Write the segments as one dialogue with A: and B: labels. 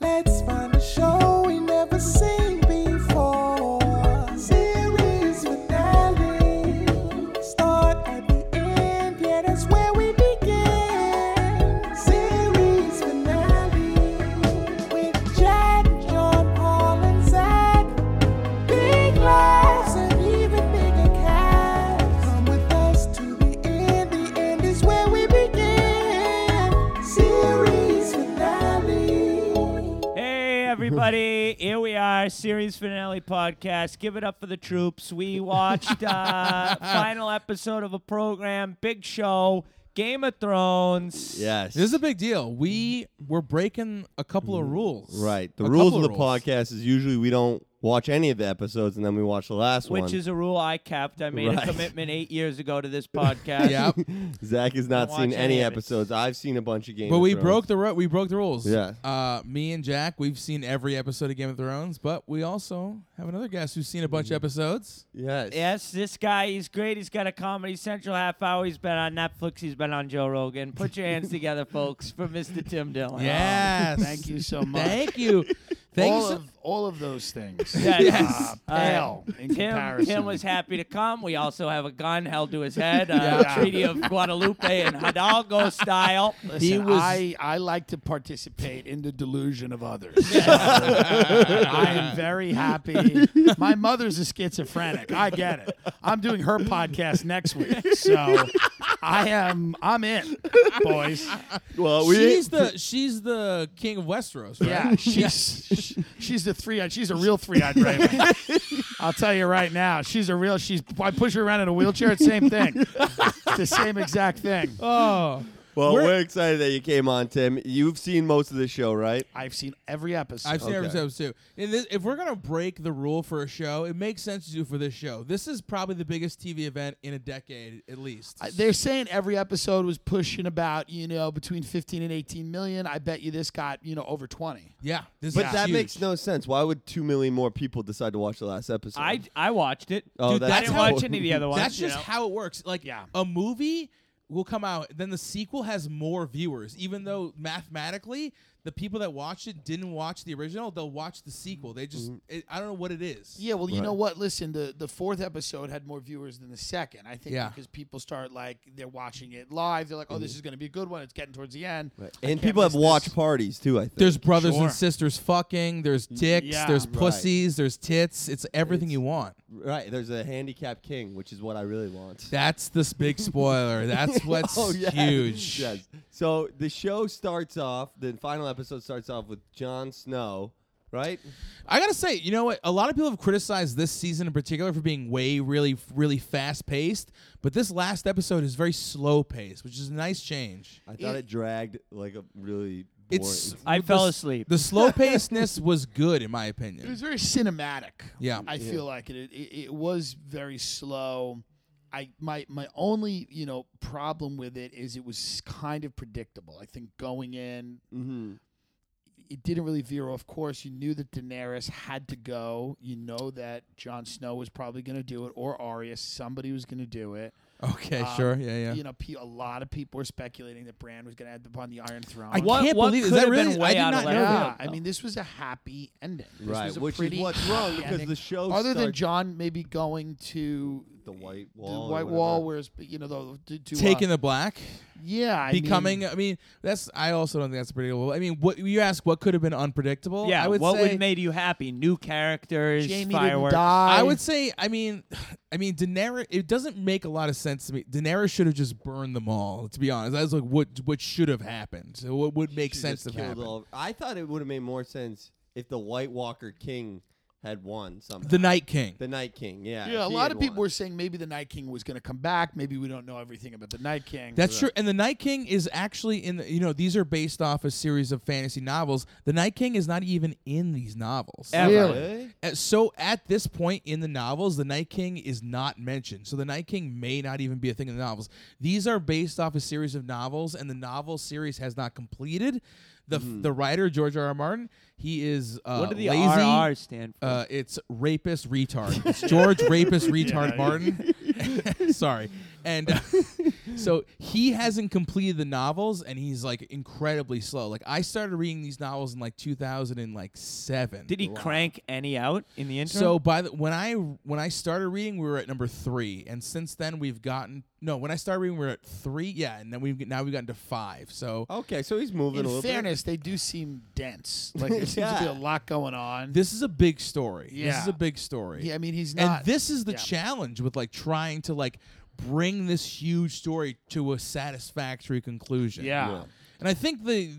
A: Let's find a show we never seen before. Series finale. Start at the end, yeah, that's where we begin. Series finale with Jack, John, Paul, and Zach. Big laughs and even bigger cats. Come with us to the end. The end is where we begin. Series finale.
B: Hey, everybody. Here we are, series finale podcast. Give it up for the troops. We watched uh final episode of a program, big show, Game of Thrones.
C: Yes.
D: This is a big deal. We were breaking a couple of rules.
C: right. The
D: A
C: rules
D: couple
C: of the podcast is usually we don't watch any of the episodes and then we watch the last one.
B: Which is a rule I kept. I made
C: Right.
B: a commitment eight years ago to this podcast.
D: Yeah,
C: Zach has not
B: Don't
C: seen
B: watch
C: any
B: any of it.
C: episodes. I've seen a bunch of games.
D: but we broke the ru- we broke the rules.
C: Yeah.
D: Uh, me and Jack, we've seen every episode of Game of Thrones, but we also have another guest who's seen a bunch of episodes.
C: Yes.
B: Yes, this guy, he's great. He's got a Comedy Central half hour. He's been on Netflix. He's been on Joe Rogan. Put your hands together, folks, for Mr. Tim Dillon.
D: Yes.
E: Thank you so much.
D: Thank you. Thank you.
E: all
D: so-
E: of all of those things.
B: Yeah,
D: Yes.
E: Uh, pale in
B: Tim,
E: comparison.
B: Tim was happy to come. We also have a gun held to his head, uh,
E: Yeah.
B: Treaty of Guadalupe and Hidalgo style.
E: Listen,
D: he was-
E: I, I like to participate in the delusion of others. So, I am very happy. My mother's a schizophrenic. I get it. I'm doing her podcast next week, so I am. I'm in, boys.
C: Well, uh, we
D: she's the she's the king of Westeros. Right?
E: Yeah, she's sh she's a three eyed. She's a real three eyed raven. I'll tell you right now, she's a real. She's. I push her around in a wheelchair. It's same thing. It's the same exact thing.
D: Oh.
C: well, we're,
D: we're-
C: excited that you came on, Tim. You've seen most of the show, right?
E: I've seen every episode.
D: I've seen
C: Okay.
D: episodes too. And this, if we're gonna break the rule for a show, it makes sense to do for this show. This is probably the biggest TV event in a decade, at least.
E: I- They're saying every episode was pushing about you know between 15 and 18 million. I bet you this got you know over 20.
D: yeah, this
C: But
D: is
C: that
D: huge.
C: makes no sense. Why would two million more people decide to watch the last episode?
B: I, I watched it.
C: Oh,
B: Dude,
C: that's
B: I didn't
C: how-
B: watch any of the other ones.
D: That's
B: you
D: just
B: know.
D: how it works. Like
E: Yeah.
D: a movie will come out, then the sequel has more viewers, even though mathematically the people that watched it didn't watch the original. They'll watch the sequel. They just it, I don't know what it is.
E: Yeah, well, you
C: Right.
E: know what? Listen, the the fourth episode had more viewers than the second. I think
D: Yeah.
E: because people start like they're watching it live. They're like, oh, this is going to be a good one. It's getting towards the end.
C: Mm-hmm. Right.
E: I
C: And
E: can't
C: people have
E: miss this.
C: watch parties too. I think.
D: There's brothers
E: Sure.
D: and sisters fucking. There's dicks.
E: yeah.
D: There's
E: Right.
D: pussies. There's tits. It's everything you want.
C: right. There's a handicap king, which is what I really want.
D: That's this big spoiler. That's what's
C: yes,
D: huge.
C: Oh, Yes. So the show starts off. The final episode starts off with Jon Snow, right?
D: I gotta say, you know what? A lot of people have criticized this season in particular for being way, really, really fast paced. But this last episode is very slow paced, which is a nice change.
C: I thought it, dragged like a really. Boring.
D: It's
B: I
D: the
B: fell
D: s-
B: asleep.
D: The slow pacedness was good, in my
E: It was
D: opinion.
E: very cinematic.
D: Yeah.
E: I feel like it. It, it. it was very slow. I my my only you know problem with it is it was kind of predictable. I think going in,
C: Mhm.
E: it didn't really veer off course. You knew that Daenerys had to go. You know that Jon Snow was probably going to do it, or Arya. Somebody was going to do it.
D: Okay,
E: Um,
D: sure, yeah, yeah.
E: You know, pe- a lot of people were speculating that Bran was going to end up on the Iron Throne.
D: I
B: What-
D: can't
B: what
D: believe is
B: could
D: that
B: have
D: really?
B: been way
D: I did
B: out of
D: not
B: left
D: know
B: field?
D: that.
E: yeah, I mean, this was a happy ending. This
C: right,
E: was a
C: which is
E: pretty
C: what's wrong
E: happy
C: because
E: ending.
C: the show
E: other than
C: starts-
E: John maybe going to
C: The White
E: the
C: Wall or
E: White
C: whatever.
E: Wall, where's you know the to, to,
D: Taking
E: uh,
D: the black,
E: yeah I
D: becoming.
E: mean,
D: I mean, that's. I also don't think that's predictable. I mean, what you ask? What could have been unpredictable?
B: yeah,
D: I would
B: what
D: say,
B: would made you happy? New characters,
E: Jamie didn't
B: fireworks.
E: die.
D: I would say, I mean, I mean, Daenerys. It doesn't make a lot of sense to me. Daenerys should have just burned them all. To be honest, that's like what what should have happened. So What would make
C: She
D: sense
C: just
D: of
C: killed
D: happened?
C: all- I thought it would have made more sense if the White Walker King had won somehow.
D: The Night King.
C: The Night King, yeah.
E: Yeah, a
C: if he
E: lot
C: had
E: of people
C: won.
E: were saying maybe the Night King was going to come back. Maybe we don't know everything about the Night King.
D: That's true. And the Night King is actually in the, you know, these are based off a series of fantasy novels. The Night King is not even in these novels.
B: Ever.
E: Really?
C: Really?
D: Uh, So at this point in the novels, the Night King is not mentioned. So the Night King may not even be a thing in the novels. These are based off a series of novels, and the novel series has not completed. The the writer George R. R. Martin, he is uh,
B: Hmm. what do the
D: lazy.
B: RR stand for?
D: Uh, it's rapist retard. It's George rapist retard Martin. Sorry, And uh, so he hasn't completed the novels, and he's like incredibly slow. Like I started reading these novels in like 2007.
B: Did he crank any out in the interim?
D: So by the when I when I started reading, we were at number three, and since then we've gotten no. When I started reading, we were at three, yeah, and then we've now we've gotten to five. So
E: Oh.
C: Okay, so he's moving a
E: In
C: little
E: fairness, they do seem dense. Like there seems to be a
C: Yeah.
E: lot going on.
D: this is a big story. This
E: Yeah.
D: is a big story.
E: yeah, I mean, he's not.
D: and this is the
E: yeah.
D: challenge with like trying to like bring this huge story to a satisfactory conclusion.
E: Yeah.
C: Yeah.
D: And I think the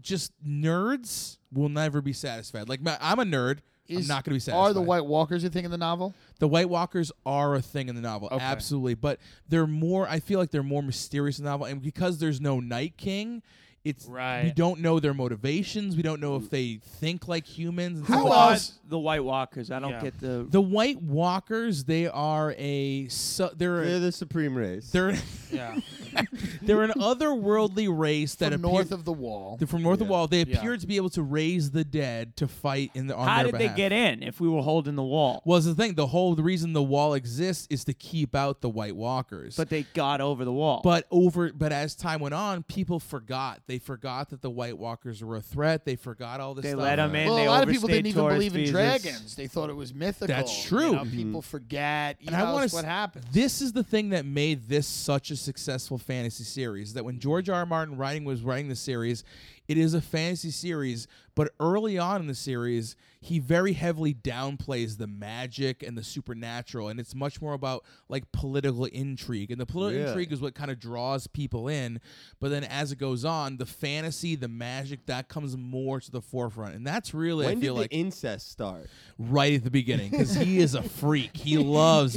D: just nerds will never be satisfied. Like my, I'm a nerd. I'm
E: Is-
D: not going to be satisfied.
E: Are the White Walkers a thing in the novel?
D: The White Walkers are a thing in the novel,
E: Okay.
D: absolutely. But they're more. I feel like they're more mysterious in the novel, and because there's no Night King, it's we
B: Right.
D: don't know their motivations. We don't know if they think like humans. And
E: How
D: stuff
B: Who
D: like
B: are
E: else-
B: the White Walkers? I don't
E: Yeah.
B: get the.
D: The White Walkers, they are a su- they're
C: bit. They're
D: a,
C: the supreme race.
D: they're
E: Yeah.
D: they're an otherworldly race that
E: From
D: appear-
E: north of the wall.
D: they're from north
C: Yeah.
D: of the wall. They
E: Yeah.
D: appear to be able to raise the dead to fight in the on
B: How
D: their
B: did they
D: behalf.
B: get in if we were holding the wall?
D: Well, it's the thing. The whole reason the wall exists is to keep out the White Walkers.
B: but they got over the wall.
D: But over, but as time went on, people forgot. They forgot that the White Walkers were a threat. They forgot all this.
B: They
D: stuff.
B: let 'em in.
E: well,
B: they
E: a lot of people
B: overstayed
E: didn't even
B: tourist
E: believe in
B: visas.
E: dragons. They thought it was mythical.
D: That's
E: You
D: true.
E: know, People
C: Mm-hmm.
E: forget. You
D: And I
E: know,
D: wanna
E: it's what
D: s-
E: happens.
D: This is the thing that made this such a successful fantasy series. That when George R. R. Martin writing was writing the series, it is a fantasy series. But early on in the series, he very heavily downplays the magic and the supernatural, and it's much more about like political intrigue. And the political
C: Really?
D: intrigue is what kind of draws people in. But then as it goes on, the fantasy, the magic, that comes more to the forefront, and that's really
C: when
D: I
C: did
D: feel
C: the
D: like
C: incest start?
D: right at the beginning because he is a freak. He loves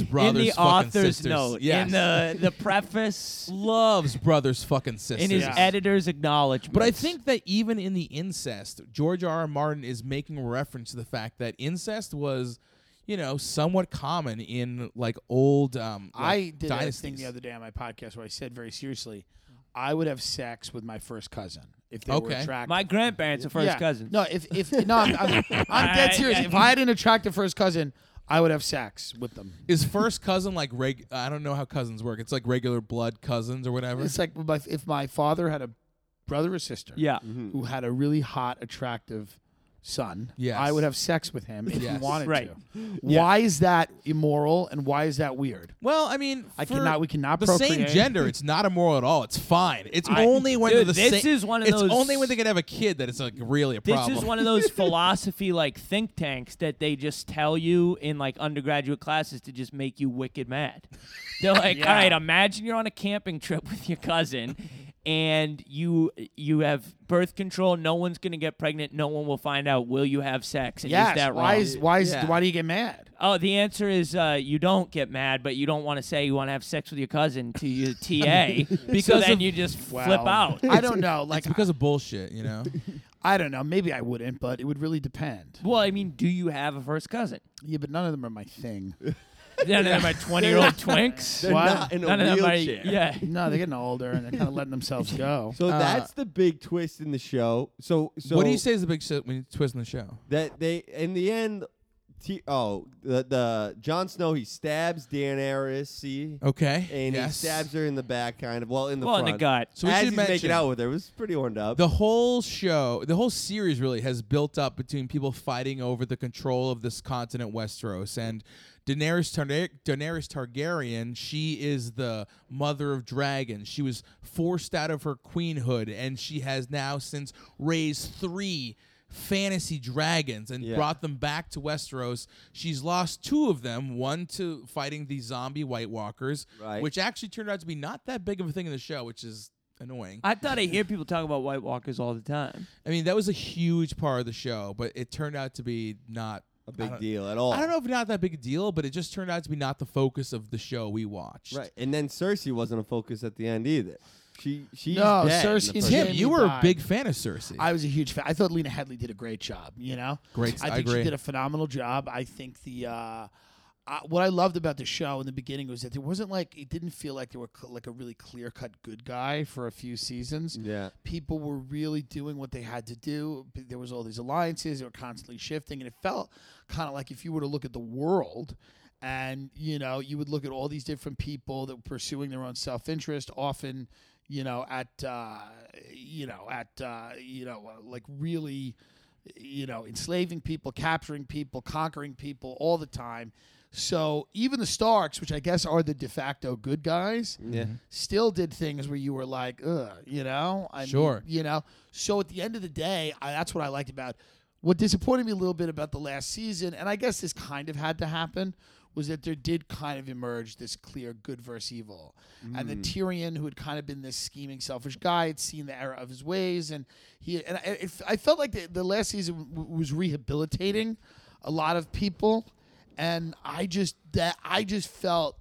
B: in
D: brothers.
B: the
D: fucking
B: author's
D: sisters.
B: note,
D: yes.
B: in the the preface,
D: loves brothers fucking sisters.
B: in his
E: Yeah.
B: editor's acknowledgement.
D: But I think that even in the incest, George R. R. Martin is making reference to the fact that incest was, you know, somewhat common in like old um
E: I
D: like,
E: did that
D: dynasties.
E: thing the other day on my podcast where I said very seriously, I would have sex with my first cousin if they were
D: Okay.
E: attractive.
B: my grandparents are first
E: Yeah.
B: cousins.
E: No, if if no, I'm, I'm, I'm
B: I-
E: dead serious.
B: I-
E: if I had an attractive first cousin, I would have sex with them.
D: Is first cousin like reg? I don't know how cousins work. It's like regular blood cousins or whatever.
E: It's like my- if my father had a brother or sister,
B: yeah,
E: who had a really hot, attractive son,
D: Yes.
E: I would have sex with him if
D: Yes.
E: he wanted
B: Right.
E: to. Why is that immoral and why is that weird?
D: Well, I mean,
E: I
D: for
E: cannot. We cannot.
D: the same
E: procreate.
D: gender. It's not immoral at all. It's fine. It's
B: I-
D: only when
B: Dude,
D: the
B: this
D: same-
B: is one of
D: It's
B: those-
D: only when they can have a kid that it's like really a
B: this
D: problem.
B: is one of those philosophy like think tanks that they just tell you in like undergraduate classes to just make you wicked mad. They're like, all right, imagine you're on a camping trip with your cousin. And you you have birth control. No one's gonna get pregnant. No one will find out. Will you have sex? And
E: Yes.
B: is that
E: why
B: wrong?
E: is why is
C: Yeah.
E: why do you get mad?
B: Oh, the answer is uh, you don't get mad, but you don't want to say you want to have sex with your cousin to your TA because
D: So
B: then
D: it's a-
B: you just
E: Wow.
B: flip out.
E: I don't know. Like
D: it's because of bullshit, you know.
E: I don't know. Maybe I wouldn't, but it would really depend.
B: Well, I mean, do you have a first cousin?
E: Yeah, but none of them are my thing.
B: None of them are twenty-year-old twinks.
C: They're
E: What?
C: not in a
B: None of them are.
C: wheelchair.
B: Yeah.
E: No, they're getting older and they're kind of letting themselves go.
C: So
D: Uh,
C: that's the big twist in the show. So, so
D: what do you say is the big shit when you twist in the show?
C: That they in the end, t- oh the the Jon Snow he stabs Daenerys, see,
D: Okay.
C: and
D: Oh, yes.
C: he stabs her in the back, kind of. Well, in the
B: Well, in
C: front.
B: the gut.
D: So we
C: As
D: should
C: he's
D: mention-
C: making out with her, it was pretty horned up.
D: The whole show, the whole series really has built up between people fighting over the control of this continent, Westeros, and Daenerys, Tar- Daenerys Targaryen. She is the mother of dragons. She was forced out of her queenhood, and she has now since raised three fantasy dragons and
C: Yeah.
D: brought them back to Westeros. She's lost two of them, one to fighting the zombie White Walkers,
C: Right.
D: which actually turned out to be not that big of a thing in the show, which is annoying.
B: I thought I hear people talk about White Walkers all the time.
D: I mean, that was a huge part of the show, but it turned out to be not
C: a
D: I
C: big
D: don't-
C: deal at all.
D: I don't know if not that big a deal, but it just turned out to be not the focus of the show we watched.
C: Right, and then Cersei wasn't a focus at the end either. She she's
E: No,
C: dead in the
E: Cersei's
C: first
D: Tim,
E: Jamie
D: you were a
E: died.
D: big fan of Cersei.
E: I was a huge fan. I thought Lena Headley did a great job. You know,
D: Great,
E: I
D: I
E: think
D: agree.
E: she did a phenomenal job. I think the uh, I, what I loved about the show in the beginning was that there wasn't like it didn't feel like there were cl- like a really clear cut good guy for a few seasons.
C: Yeah.
E: people were really doing what they had to do. B- There was all these alliances; they were constantly shifting, and it felt kind of like if you were to look at the world And, you know, you would look at all these different people that were pursuing their own self interest, often, you know, at, uh, you know, at, uh, you know, uh, like really, you know, enslaving people, capturing people, conquering people all the time. So even the Starks, which I guess are the de facto good guys,
C: Yeah.
E: still did things where you were like, Ugh, you know, I mean,
D: Sure.
E: you know. So at the end of the day, I, that's what I liked about. What disappointed me a little bit about the last season, and I guess this kind of had to happen, was that there did kind of emerge this clear good versus evil, and the Tyrion who had kind of been this scheming, selfish guy had seen the error of his ways, and he and I, it, I felt like the, the last season w- was rehabilitating a lot of people, and I just that I just felt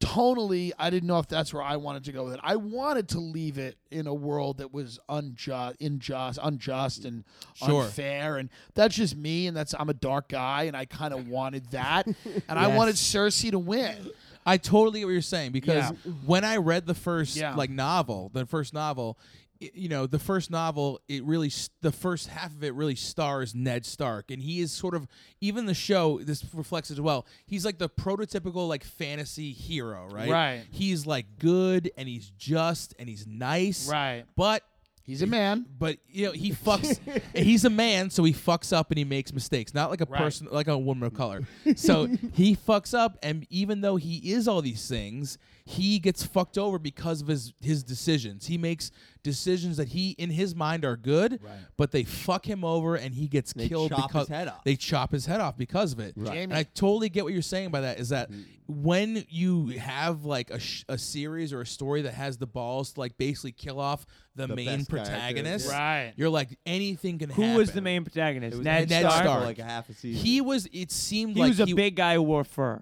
E: tonally, I didn't know if that's where I wanted to go with it. I wanted to leave it in a world that was unjust, unjust, unjust, and
D: Sure.
E: unfair, and that's just me, and that's I'm a dark guy, and I kind of wanted that, and I wanted Cersei to win.
D: I totally get what you're saying because
E: Yeah.
D: when I read the first
E: Yeah.
D: like novel, the first novel, i you know, the first novel, it really s- the first half of it really stars Ned Stark, and he is sort of even the show this reflects as well. He's like the prototypical like fantasy hero, right?
E: Right.
D: He's like good and he's just and he's nice,
E: Right.
D: But
E: He's a man.
D: but you know he fucks. he's a man, so he fucks up and he makes mistakes. Not like a
E: Right.
D: person, like a woman of color. so he fucks up, and even though he is all these things, he gets fucked over because of his his decisions. He makes decisions that he, in his mind, are good, but they fuck him over, and he gets
C: They
D: killed
C: chop his
D: because
C: head off.
D: they chop his head off because of it.
E: Jamie.
D: And I totally get what you're saying by that. Is that
C: Mm.
D: when you have like a, sh- a series or a story that has the balls to like basically kill off the, main
C: best characters,
D: protagonist,
C: yeah.
E: Right.
D: You're like anything can
B: Who
D: happen.
B: was the main protagonist?
C: It was
B: Ned,
D: Ned
B: Stark.
D: Stark.
C: For like a half a season.
D: He was. It seemed
B: He
D: like
B: was a
D: he,
B: big guy who wore fur.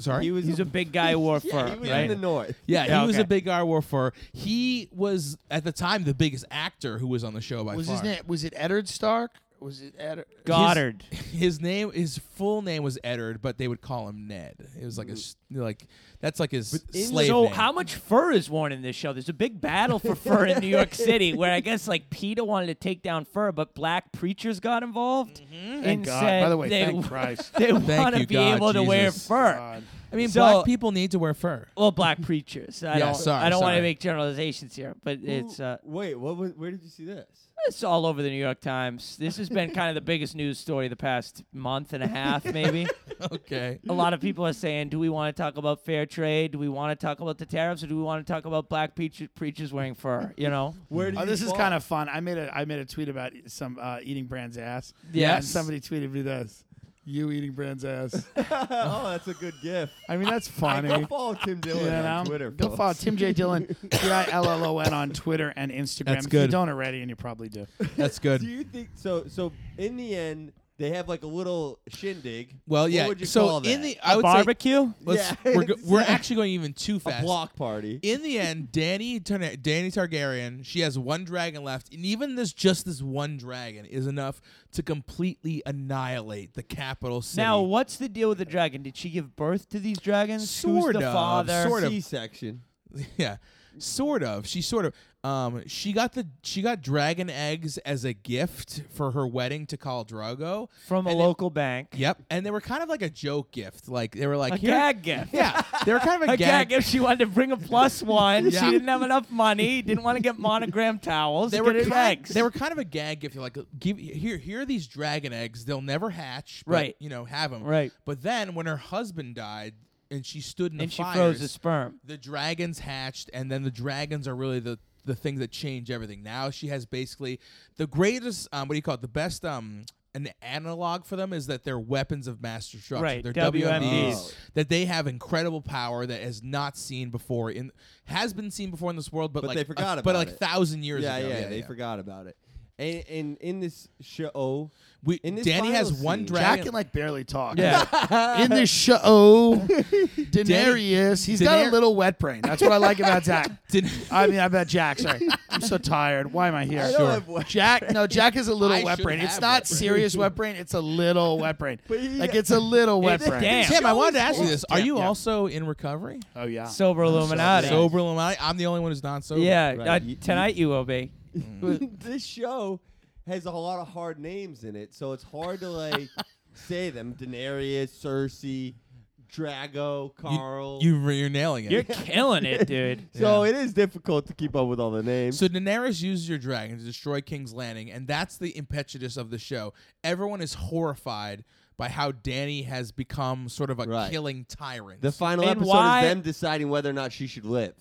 D: Sorry.
C: He was
B: He's a big guy who wore fur,
C: he was
B: right?
C: in the north.
D: yeah,
B: Yeah,
D: he was
B: okay.
D: a big guy war for. He was at the time the biggest actor who was on the show by
E: Was
D: far.
E: his name? Was it Eddard Stark? Was it Eddard?
B: Goddard.
D: His name, his full name was Eddard, but they would call him Ned. It was like
C: Mm.
D: a s- like that's like his slave
B: so
D: name.
B: how much fur is worn in this show? There's a big battle for fur in New York City, where I guess like PETA wanted to take down fur, but black preachers got involved.
D: Mm-hmm.
B: And
E: Thank God.
B: said
E: By the way,
B: they,
E: thank Christ.
B: they
D: Thank
B: want to
D: you,
B: be
D: God,
B: able to wear
D: Jesus.
B: fur.
E: God.
D: I mean,
B: so-
D: black people need to wear fur.
B: Well, black preachers. I
D: Yeah,
B: don't.
D: sorry,
B: I don't want to
D: sorry.
B: make generalizations here, but it's uh,
C: Wait, what was, where did you see this?
B: it's all over the New York Times. This has been kind of the biggest news story the past month and a half, maybe.
D: Okay.
B: a lot of people are saying, do we want to talk about fair trade? Do we want to talk about the tariffs, or do we want to talk about black preacher- preachers wearing fur? You know.
C: Where did
E: Oh,
C: you
E: this is
C: fall?
E: kind of fun. I made a I made a tweet about some uh, eating Brand's ass.
B: Yes.
E: And somebody tweeted me this. You eating Brand's ass.
C: oh, that's a good gift.
E: I mean, that's funny.
C: Go follow Tim Dillon
E: Yeah,
C: on
E: no.
C: Twitter.
E: Go
C: folks.
E: follow Tim J Dillon, D I L L O N on Twitter and Instagram.
D: That's
E: if you
D: good.
E: don't already, and you probably do.
D: That's
C: Do
D: good.
C: you think so? So in the end, they have like a little shindig.
D: Well,
C: What
D: yeah.
C: would you
D: so
C: call
D: in
C: that?
D: the I would say
B: barbecue.
D: let's,
C: Yeah,
D: we're, go- we're
C: exactly.
D: actually going even too
C: a
D: fast.
C: block party.
D: In the end, Danny Tar- Danny Targaryen, she has one dragon left, and even this just this one dragon is enough to completely annihilate the capital city.
B: Now, what's the deal with the dragon? Did she give birth to these dragons?
D: Sort
B: Who's the
D: of,
B: father?
D: sort of.
C: C-section.
D: yeah, sort of. She sort of um she got the she got dragon eggs as a gift for her wedding to Khal Drogo
B: From a
D: and it-
B: local bank.
D: Yep, and they were kind of like a joke gift. Like they were like
B: A
D: "Here-"
B: gag gift.
D: Yeah, they were kind of a,
B: A gag gift. She wanted to bring a plus one.
D: Yeah.
B: She didn't have enough money. Didn't want to get monogram towels.
D: They
B: Get
D: were
B: her
D: kind,
B: eggs.
D: They were kind of a gag if you're like, give here, here are these dragon eggs. They'll never hatch, but,
B: Right.
D: You know, have them,
B: Right.
D: But then when her husband died and she stood in the
B: and she
D: fires,
B: froze the sperm.
D: the dragons hatched, and then the dragons are really the the things that change everything. Now she has basically the greatest. Um, what do you call it? The best. Um, an analog for them is that they're weapons of mass destruction.
B: Right,
D: they're
B: WMDs.
D: WMDs that they have incredible power that has not seen before in has been seen before in this world, but,
C: But
D: like
C: they forgot
D: but
C: about
D: like
C: it.
D: thousand years
C: Yeah,
D: ago.
C: yeah, they forgot about it. And, and in this show,
D: We,
C: In this
D: Danny has
C: final
D: one
C: scene-
D: dragon.
E: Jack can like barely talk.
B: Yeah.
E: In this show, Daenerys, he's got a
D: Daener-
E: little wet brain. That's what I like about Jack.
D: Didn't-
E: I mean, I bet Jack. Sorry, I'm so tired. Why am I here?
C: I don't Sure. have wet
E: Jack, no, Jack is a little
D: I
E: wet
D: should
E: brain. It's
D: have
E: not
D: wet brain.
E: serious wet brain. It's a little wet brain.
C: he-
E: like it's a little wet brain.
B: damn.
D: Tim, I wanted to ask you this. Are you
E: yeah.
D: also in recovery?
E: Oh yeah.
B: Sober Illuminati.
D: Sober, Lamont? I'm the only one who's not sober.
B: Yeah.
C: Right.
B: uh,
C: You- you-
B: tonight you will be.
D: Mm.
C: this show has a lot of hard names in it, so it's hard to like say them. Daenerys, Cersei, Drago, Carl.
D: You, you're nailing it.
B: You're killing it, dude.
C: so it is difficult to keep up with all the names.
D: So Daenerys uses your dragon to destroy King's Landing, and that's the impetus of the show. Everyone is horrified by how Danny has become sort of a
C: Right.
D: killing tyrant.
C: the final
B: And
C: episode
B: why-
C: is them deciding whether or not she should live.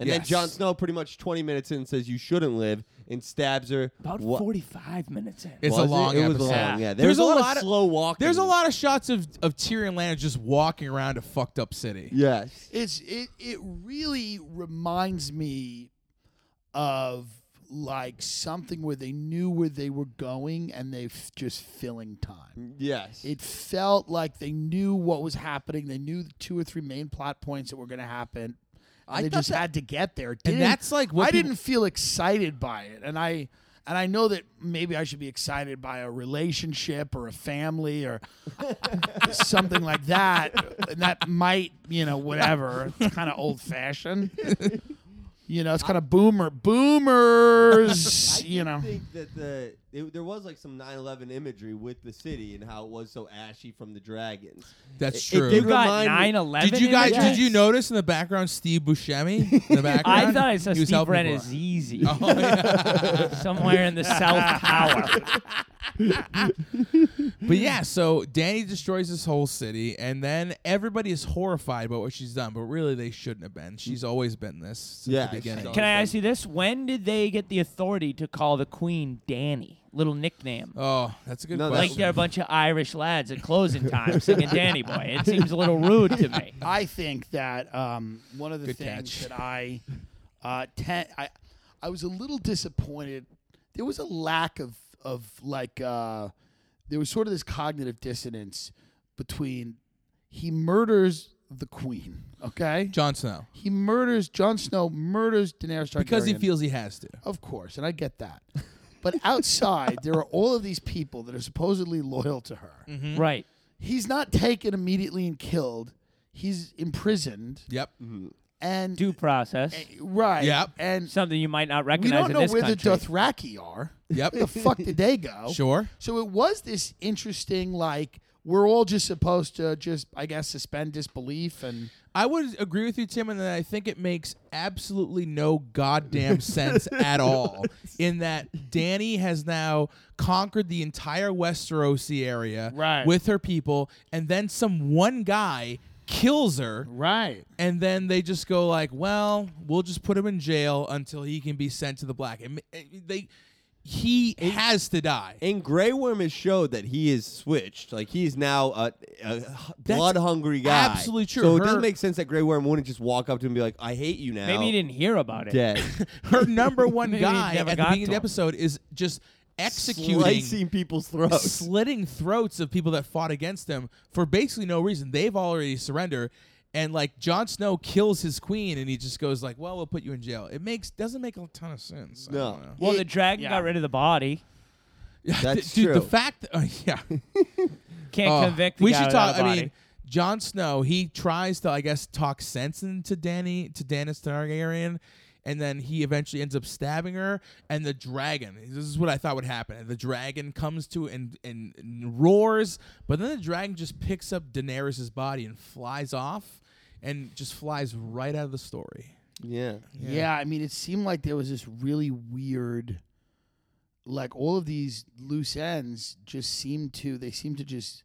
C: And then
D: Yes.
C: Jon Snow, pretty much 20 minutes in, says you shouldn't live and stabs her.
B: About
C: Wha-
B: 45 minutes in.
D: it's
C: was
D: a long
C: It, it was
D: episode.
C: long. Yeah,
B: Yeah.
C: There's, a lot, of slow walking.
D: There's a lot of shots of, of Tyrion Lannister just walking around a fucked up city.
C: Yes.
E: It's it it really reminds me of like something where they knew where they were going and they f- just filling time.
C: Yes.
E: It felt like they knew what was happening. They knew the two or three main plot points that were going to happen. And
C: I
E: they
C: thought
E: just
C: that-
E: had to get there. It didn't-
D: that's, like, what
E: I
D: people-
E: didn't feel excited by it, and I and I know that maybe I should be excited by a relationship or a family or something like that, and that might you know whatever. It's kind of old fashioned. You know, it's kind of boomer boomers.
C: I
E: you
C: did
E: know,
C: think that the it, there was like some 9/11 imagery with the city and how it was so ashy from the dragons.
D: That's
C: It- it
D: true.
C: did
B: you got
C: remind me-
B: 9 11.
D: Did you guys? Did
C: Yes.
D: you notice in the background Steve Buscemi in the background?
B: I thought I saw
D: He was
B: Steve
D: helping people out.
B: Renazzisi
D: Oh, yeah.
B: somewhere in the South Tower.
D: but yeah, so Danny destroys this whole city, and then everybody is horrified by what she's done. But really, they shouldn't have been. She's always been this since
C: Yeah,
D: the
C: she's
D: beginning.
C: always-
B: Can I ask you this? When did they get the authority to call the Queen Danny? Little nickname.
D: Oh, that's a good
C: No, that's-
B: Like
D: question.
B: they're a bunch of Irish lads at closing time singing Danny Boy. It seems a little rude to me.
E: I think that um, one of the
D: Good
E: things
D: catch.
E: that I, uh, ten, I, I was a little disappointed. There was a lack of of like uh, there was sort of this cognitive dissonance between he murders the queen, okay?
D: Jon Snow
E: He murders Jon Snow, murders Daenerys Targaryen
D: because he feels he has to.
E: of course, and I get that. But outside, there are all of these people that are supposedly loyal to her.
D: Mm-hmm.
B: Right.
E: He's not taken immediately and killed. He's imprisoned
D: Yep.
C: Mm-hmm.
E: and eh,
B: Due process.
E: Right.
D: Yep.
E: And
B: Something you might not
E: we
B: recognize
E: don't
B: in
E: know
B: this
E: where
B: country.
E: the Dothraki are.
D: Yep.
E: Where the fuck did they go?
D: Sure.
E: So it was this interesting, like, we're all just supposed to just, I guess, suspend disbelief and.
D: I would agree with you, Tim, and that I think it makes absolutely no goddamn sense at all. In that Danny has now conquered the entire Westerosi area
E: Right.
D: with her people, and then some one guy kills her,
E: Right.
D: and then they just go like, "Well, we'll just put him in jail until he can be sent to the black." And eh, they, he has to die.
C: And Grey Worm has showed that he is switched. Like he is now a, a blood hungry guy.
D: absolutely true.
C: So it
D: Her-
C: doesn't make sense that Grey Worm wouldn't just walk up to him and be like, "I hate you now."
B: Maybe you didn't hear about it.
C: Dead.
D: Her number one
B: Maybe he
D: guy at
B: never
D: the
B: got
D: beginning of
B: to
D: the
B: him.
D: episode is just executing.
C: Slicing people's throats.
D: slitting throats of people that fought against them for basically no reason. They've already surrendered, and like Jon Snow kills his queen, and he just goes like, "Well, we'll put you in jail." It makes doesn't make a ton of sense. I
C: No.
D: don't know.
B: Well,
E: It-
B: the dragon
E: yeah.
B: got rid of the body.
C: That's
D: dude. The
C: true.
D: fact, uh, yeah,
B: Can't
D: Uh,
B: convict. The
D: we
B: guy
D: should
B: without
D: talk.
B: a
D: I
B: body.
D: mean, Jon Snow, he tries to, I guess, talk sense into Danny to Daenerys Targaryen. And then he eventually ends up stabbing her, and the dragon. This is what I thought would happen. and The dragon comes to and, and, and roars, but then the dragon just picks up Daenerys' body and flies off, and just flies right out of the story.
C: yeah.
E: Yeah. I mean, it seemed like there was this really weird, like all of these loose ends just seemed to they seemed to just,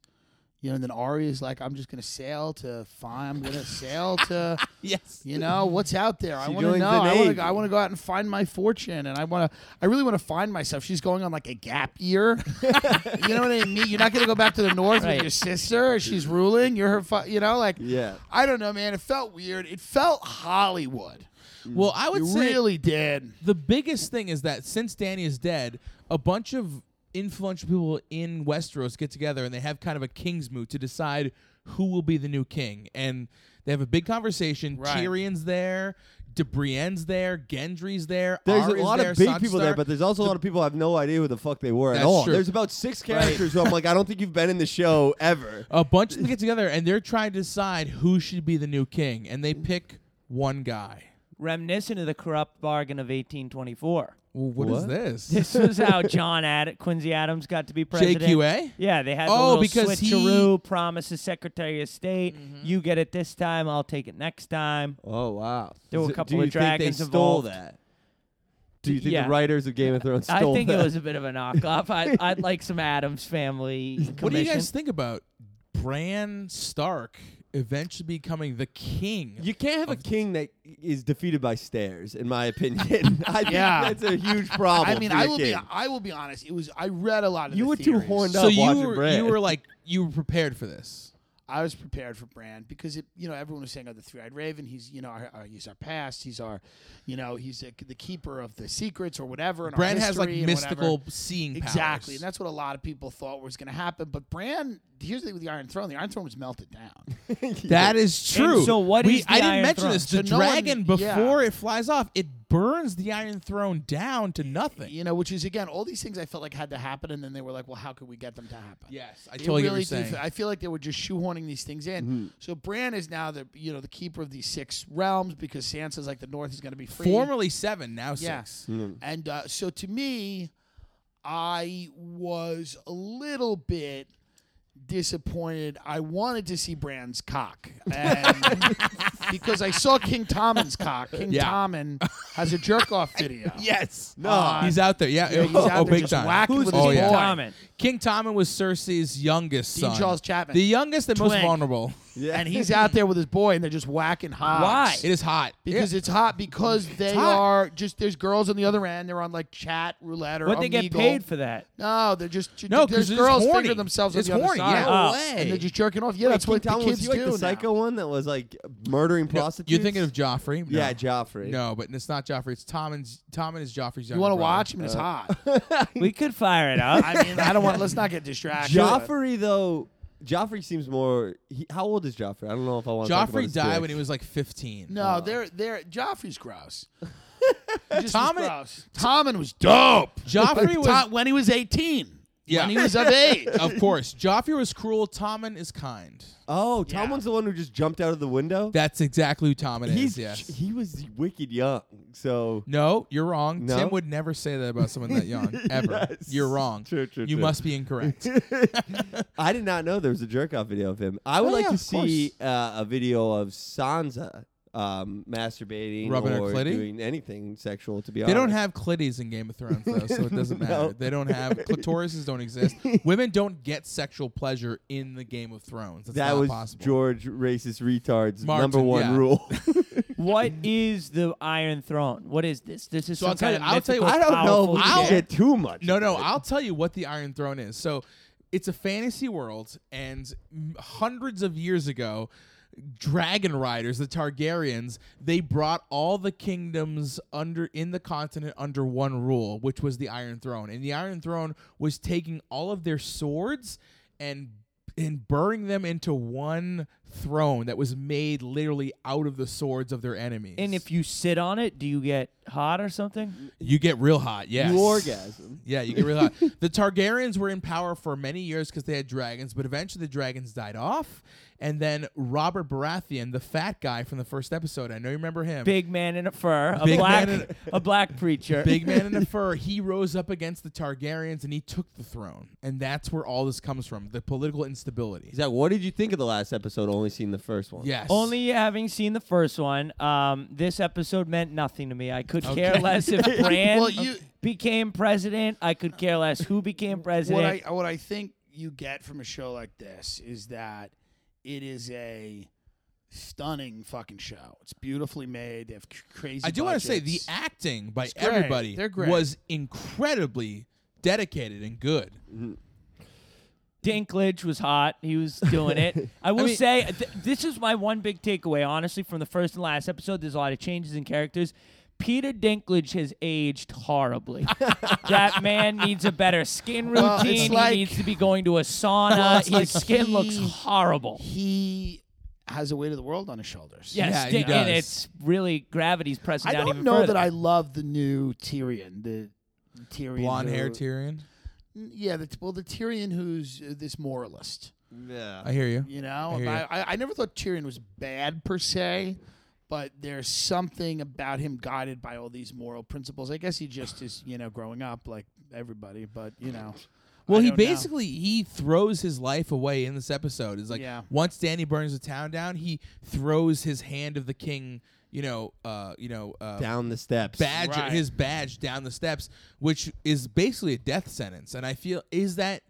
E: you know. And then Arya's like, "I'm just gonna sail to fine. I'm gonna sail to,
D: Yes.
E: you know, what's out there. I
C: She
E: want to
C: joins
E: know.
C: the
E: I want
C: Navy.
E: to. I want to go out and find my fortune, and I want to. I really want to find myself. She's going on like a gap year. you know what I mean? You're not gonna go back to the north
B: Right.
E: with your sister. She's ruling. You're her. Fu- you know, like
C: Yeah.
E: I don't know, man. It felt weird. It felt Hollywood.
D: Well, I would
E: It
D: say
E: really did.
D: the biggest thing is that since Danny is dead, a bunch of influential people in Westeros get together and they have kind of a king's moot to decide who will be the new king. And they have a big conversation.
E: Right.
D: Tyrion's there, De Brienne's there, Gendry's there.
C: There's
D: Arya's
C: a lot
D: there,
C: of big
D: Sansa's
C: people there, but there's also a lot of people who have no idea who the fuck they were at
D: That's
C: all.
D: true.
C: There's about six characters who I'm like, I don't think you've been in the show ever.
D: a bunch of them get together and they're trying to decide who should be the new king, and they pick one guy.
B: reminiscent of the corrupt bargain of 1824.
D: Well, what is
C: What?
D: this?
B: This was how John Ad- Quincy Adams got to be president.
D: JQA?
B: Yeah, they had the
D: Oh,
B: little
D: because he- Mm-hmm.
B: switcheroo promises Secretary of State, you get it this time, I'll take it next time.
C: Oh wow!
B: There were a
C: So
B: couple
C: do
B: of
C: you think
B: dragons
C: they stole
B: involved.
C: that? Do you think
B: Yeah.
C: the writers of Game of Thrones
B: I
C: stole
B: think
C: that?
B: it was a bit of a knockoff. I, I'd like some Adams family commission.
D: What do you guys think about Bran Stark eventually becoming the king?
C: You can't have a king that is defeated by stairs, in my opinion. I think
E: Yeah.
C: that's a huge problem.
E: I mean,
C: for the
E: I will
C: king.
E: be. I will be honest. It was. I read a lot of.
C: You
E: the
C: were too
E: theories.
C: horned
D: so
C: up
D: you
C: watching
D: were
C: Bran.
D: you were like you were prepared for this.
E: I was prepared for Brand because it, you know everyone was saying, "Oh, the three-eyed raven. He's you know our, our, he's our past. He's our, you know, he's the the keeper of the secrets or whatever." And our
D: Bran has like
E: history and
D: mystical
E: whatever."
D: seeing powers.
E: Exactly, and that's what a lot of people thought was going to happen. But Bran, here's the thing with the Iron Throne. The Iron Throne was melted down.
D: That is true.
B: so what
D: we,
B: is the
D: I didn't
B: Iron
D: mention
B: Throne?
D: this.
E: So
D: The
E: no one-
D: dragon
E: yeah.
D: before it flies off, it burns the Iron Throne down to nothing.
E: you know, which is again all these things I felt like had to happen, and then they were like, "Well, how could we get them to happen?"
D: Yes, I
E: It
D: totally get
E: really
D: what you're
E: did
D: saying. Mm-hmm.
E: feel- I feel like they were just shoehorning these things in. So Bran is now the you know the keeper of these six realms because Sansa's like the North is going to be free.
D: Formerly seven, now
E: Yeah.
D: six.
E: And uh, so to me, I was a little bit disappointed. I wanted to see Brand's cock. And because I saw King Tommen's cock. King
D: Yeah.
E: Tommen has a jerk off video.
D: Yes.
E: No.
D: he's out there. Yeah.
E: Uh, Yeah, he's
D: oh,
E: out there
D: big
E: just
D: time.
E: whacking
B: Who's
E: with
B: King
E: his boy.
B: Tommen?
D: King Tommen was Cersei's youngest
E: Dean
D: son.
E: Charles Chapman.
D: The youngest and most
E: Twink.
D: vulnerable.
C: yeah.
E: And he's out there with his boy and they're just whacking hot.
B: Why?
D: It is hot.
E: Because it's hot because they
D: hot.
E: are just there's girls on the other end. They're on like chat roulette or
B: What they get
E: Omegle.
B: paid for that?
E: No, they're just
D: No, 'cause
E: There's
D: it's
E: girls
D: horny.
E: finger themselves
D: It's
E: on the
D: horny,
E: other side.
D: yeah.
B: Oh.
E: and they're just jerking off. Yeah,
C: Wait,
E: that's what
C: King
E: the
C: Tom,
E: kids
C: was he like
E: do
C: the psycho
E: now.
C: one that was like murdering prostitutes?
D: You're thinking of Joffrey? No.
C: yeah, Joffrey.
D: No, but it's not Joffrey. It's Tommen's. Tommen is Joffrey's.
E: You
D: want to
E: watch him? It's hot.
B: We could fire it up.
E: I mean, I don't want. Let's not get distracted.
C: Joffrey though. Joffrey seems more. He, how old is Joffrey? I don't know if I want. to talk about
D: Joffrey
C: his
D: died
C: dick.
D: when he was like 15.
E: No, they're they're Joffrey's gross.
D: Tommen-
E: Tommen, Tommen was dope.
D: Joffrey
E: But
D: was-
E: Tom- when he was eighteen.
D: Yeah.
E: when he was of age.
D: Of course, Joffrey was cruel. Tommen is kind.
C: Oh, Tommen's the one who just jumped out of the window.
D: That's exactly who Tommen
C: he's
D: is. Yes.
C: he was wicked young. So
D: No, you're wrong.
C: No?
D: Tim would never say that about someone that young ever.
C: Yes.
D: You're wrong.
C: True, true,
D: you
C: true.
D: must be incorrect.
C: I did not know there was a jerk off video of him. I would
D: Oh,
C: like
D: yeah,
C: to
D: of course.
C: see uh, a video of Sansa um, masturbating
D: Rubbing her
C: or
D: clitty?
C: doing anything sexual. To be
D: They
C: honest,
D: don't have clitties in Game of Thrones, though, so it doesn't matter.
C: No.
D: They don't have clitorises. Don't exist. Women don't get sexual pleasure in the Game of Thrones. That's
C: That
D: not
C: was
D: possible.
C: George racist retards
D: Martin,
C: number one
D: yeah.
C: rule.
B: what is the Iron Throne? What is this? This is
D: So I'll
B: some
D: tell
B: kind
D: you-
B: of
D: I'll tell you
B: mythical,
C: I don't know.
B: powerful
C: If we
D: I'll-
C: should
B: shit.
C: get Oh, too much.
D: No, no,
C: into it.
D: I'll tell you what the Iron Throne is. So it's a fantasy world, and m- hundreds of years ago, dragon riders, the Targaryens, they brought all the kingdoms under in the continent under one rule, which was the Iron Throne. And the Iron Throne was taking all of their swords and and burying them into one throne that was made literally out of the swords of their enemies.
B: And if you sit on it, do you get hot or something?
D: you get real hot, yes.
C: you orgasm.
D: Yeah, you get really hot. The Targaryens were in power for many years because they had dragons, but eventually the dragons died off. And then Robert Baratheon, the fat guy from the first episode, I know you remember him.
B: Big man in a fur, a
D: Big
B: black,
D: man in
B: a black preacher.
D: Big man in the fur, he rose up against the Targaryens and he took the throne. And that's where all this comes from the political instability.
C: Zach, what did you think of the last episode? Only seen the first one.
D: Yes.
B: Only having seen the first one, um, this episode meant nothing to me. I could care
D: Okay.
B: less if Brand
E: Well, you-
B: became president. I could care less who became
E: what
B: president.
E: I uh, what I think you get from a show like this is that it is a stunning fucking show. It's beautifully made. They have c- crazy.
D: I do want to say the
E: budgets.
D: acting by
E: great.
D: everybody
E: They're great.
D: was incredibly dedicated and good.
B: Dinklage was hot. He was doing it. I will
D: mean-
B: say th- this is my one big takeaway, honestly, from the first and last episode. There's a lot of changes in characters. Peter Dinklage has aged horribly. that man needs a better skin routine.
E: Well, it's like-
B: he needs to be going to a sauna.
E: Well, it's
B: His
E: like
B: skin
E: he-
B: looks horrible.
E: he has the weight of the world on his shoulders.
B: Yes,
D: Yeah, he
B: Din-
D: does.
B: and it's really gravity's pressing
E: I
B: down
E: don't
B: even
E: know
B: further.
E: that I love the new Tyrion. The Tyrion,
D: Blonde
E: who-
D: hair Tyrion.
E: Yeah, the, well, the Tyrion who's uh, this moralist.
C: Yeah.
D: I hear you.
E: You know,
D: I hear
E: I, I, I never thought Tyrion was bad per se, but there's something about him guided by all these moral principles. I guess he just is, you know, growing up like everybody, but you know.
D: Well,
E: I
D: he
E: don't know.
D: basically he throws his life away in this episode. It's like
E: Yeah.
D: once Danny burns the town down, he throws his hand of the king, you know, uh, you know, uh,
C: down the steps.
D: badge
E: Right.
D: his badge down the steps, which is basically a death sentence. And I feel is that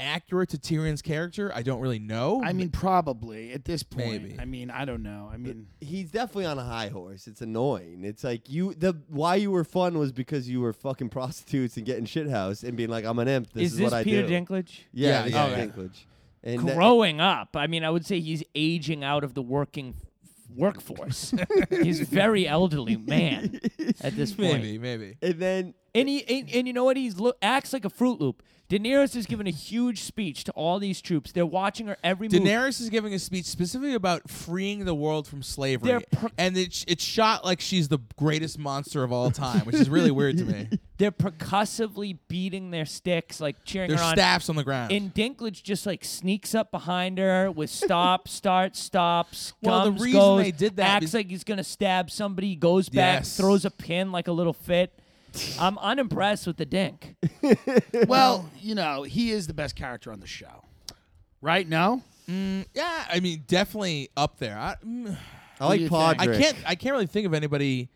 D: accurate to Tyrion's character? I don't really know.
E: I mean, probably at this point.
D: Maybe.
E: I mean, I don't know. I mean,
C: He's definitely on a high horse. It's annoying. It's like you the why you were fun was because you were fucking prostitutes and getting shit house and being like I'm an imp. This is,
B: is this
C: what I
B: Peter
C: do.
B: Dinklage?
C: Yeah,
D: Yeah,
C: this
D: yeah,
C: is
D: yeah.
C: Dinklage. And that-
B: Growing up, I mean, I would say he's aging out of the working f- workforce. he's a very elderly man at this point.
D: maybe, maybe.
C: and then
B: And he and, and you know what? He's lo- acts like a Fruit Loop. Daenerys is giving a huge speech to all these troops. They're watching her every move.
D: Daenerys is giving a speech specifically about freeing the world from slavery,
B: They're per-
D: and it's it's shot like she's the greatest monster of all time, which is really weird to me.
B: They're percussively beating their sticks, like cheering
D: There's
B: her on.
D: staffs on the ground.
B: And Dinklage just like sneaks up behind her with stop, start, stops.
D: Well, the
B: gums,
D: reason
B: goes,
D: they did that
B: acts
D: is-
B: like he's gonna stab somebody, goes back,
D: Yes.
B: throws a pin like a little fit. I'm unimpressed with the Dink.
E: well, you know, he is the best character on the show. Right? No?
D: Mm, yeah, I mean, definitely up there. I, mm,
C: I
E: do
C: like
E: you think?
D: I
C: Podrick.
D: can't. I can't really think of anybody.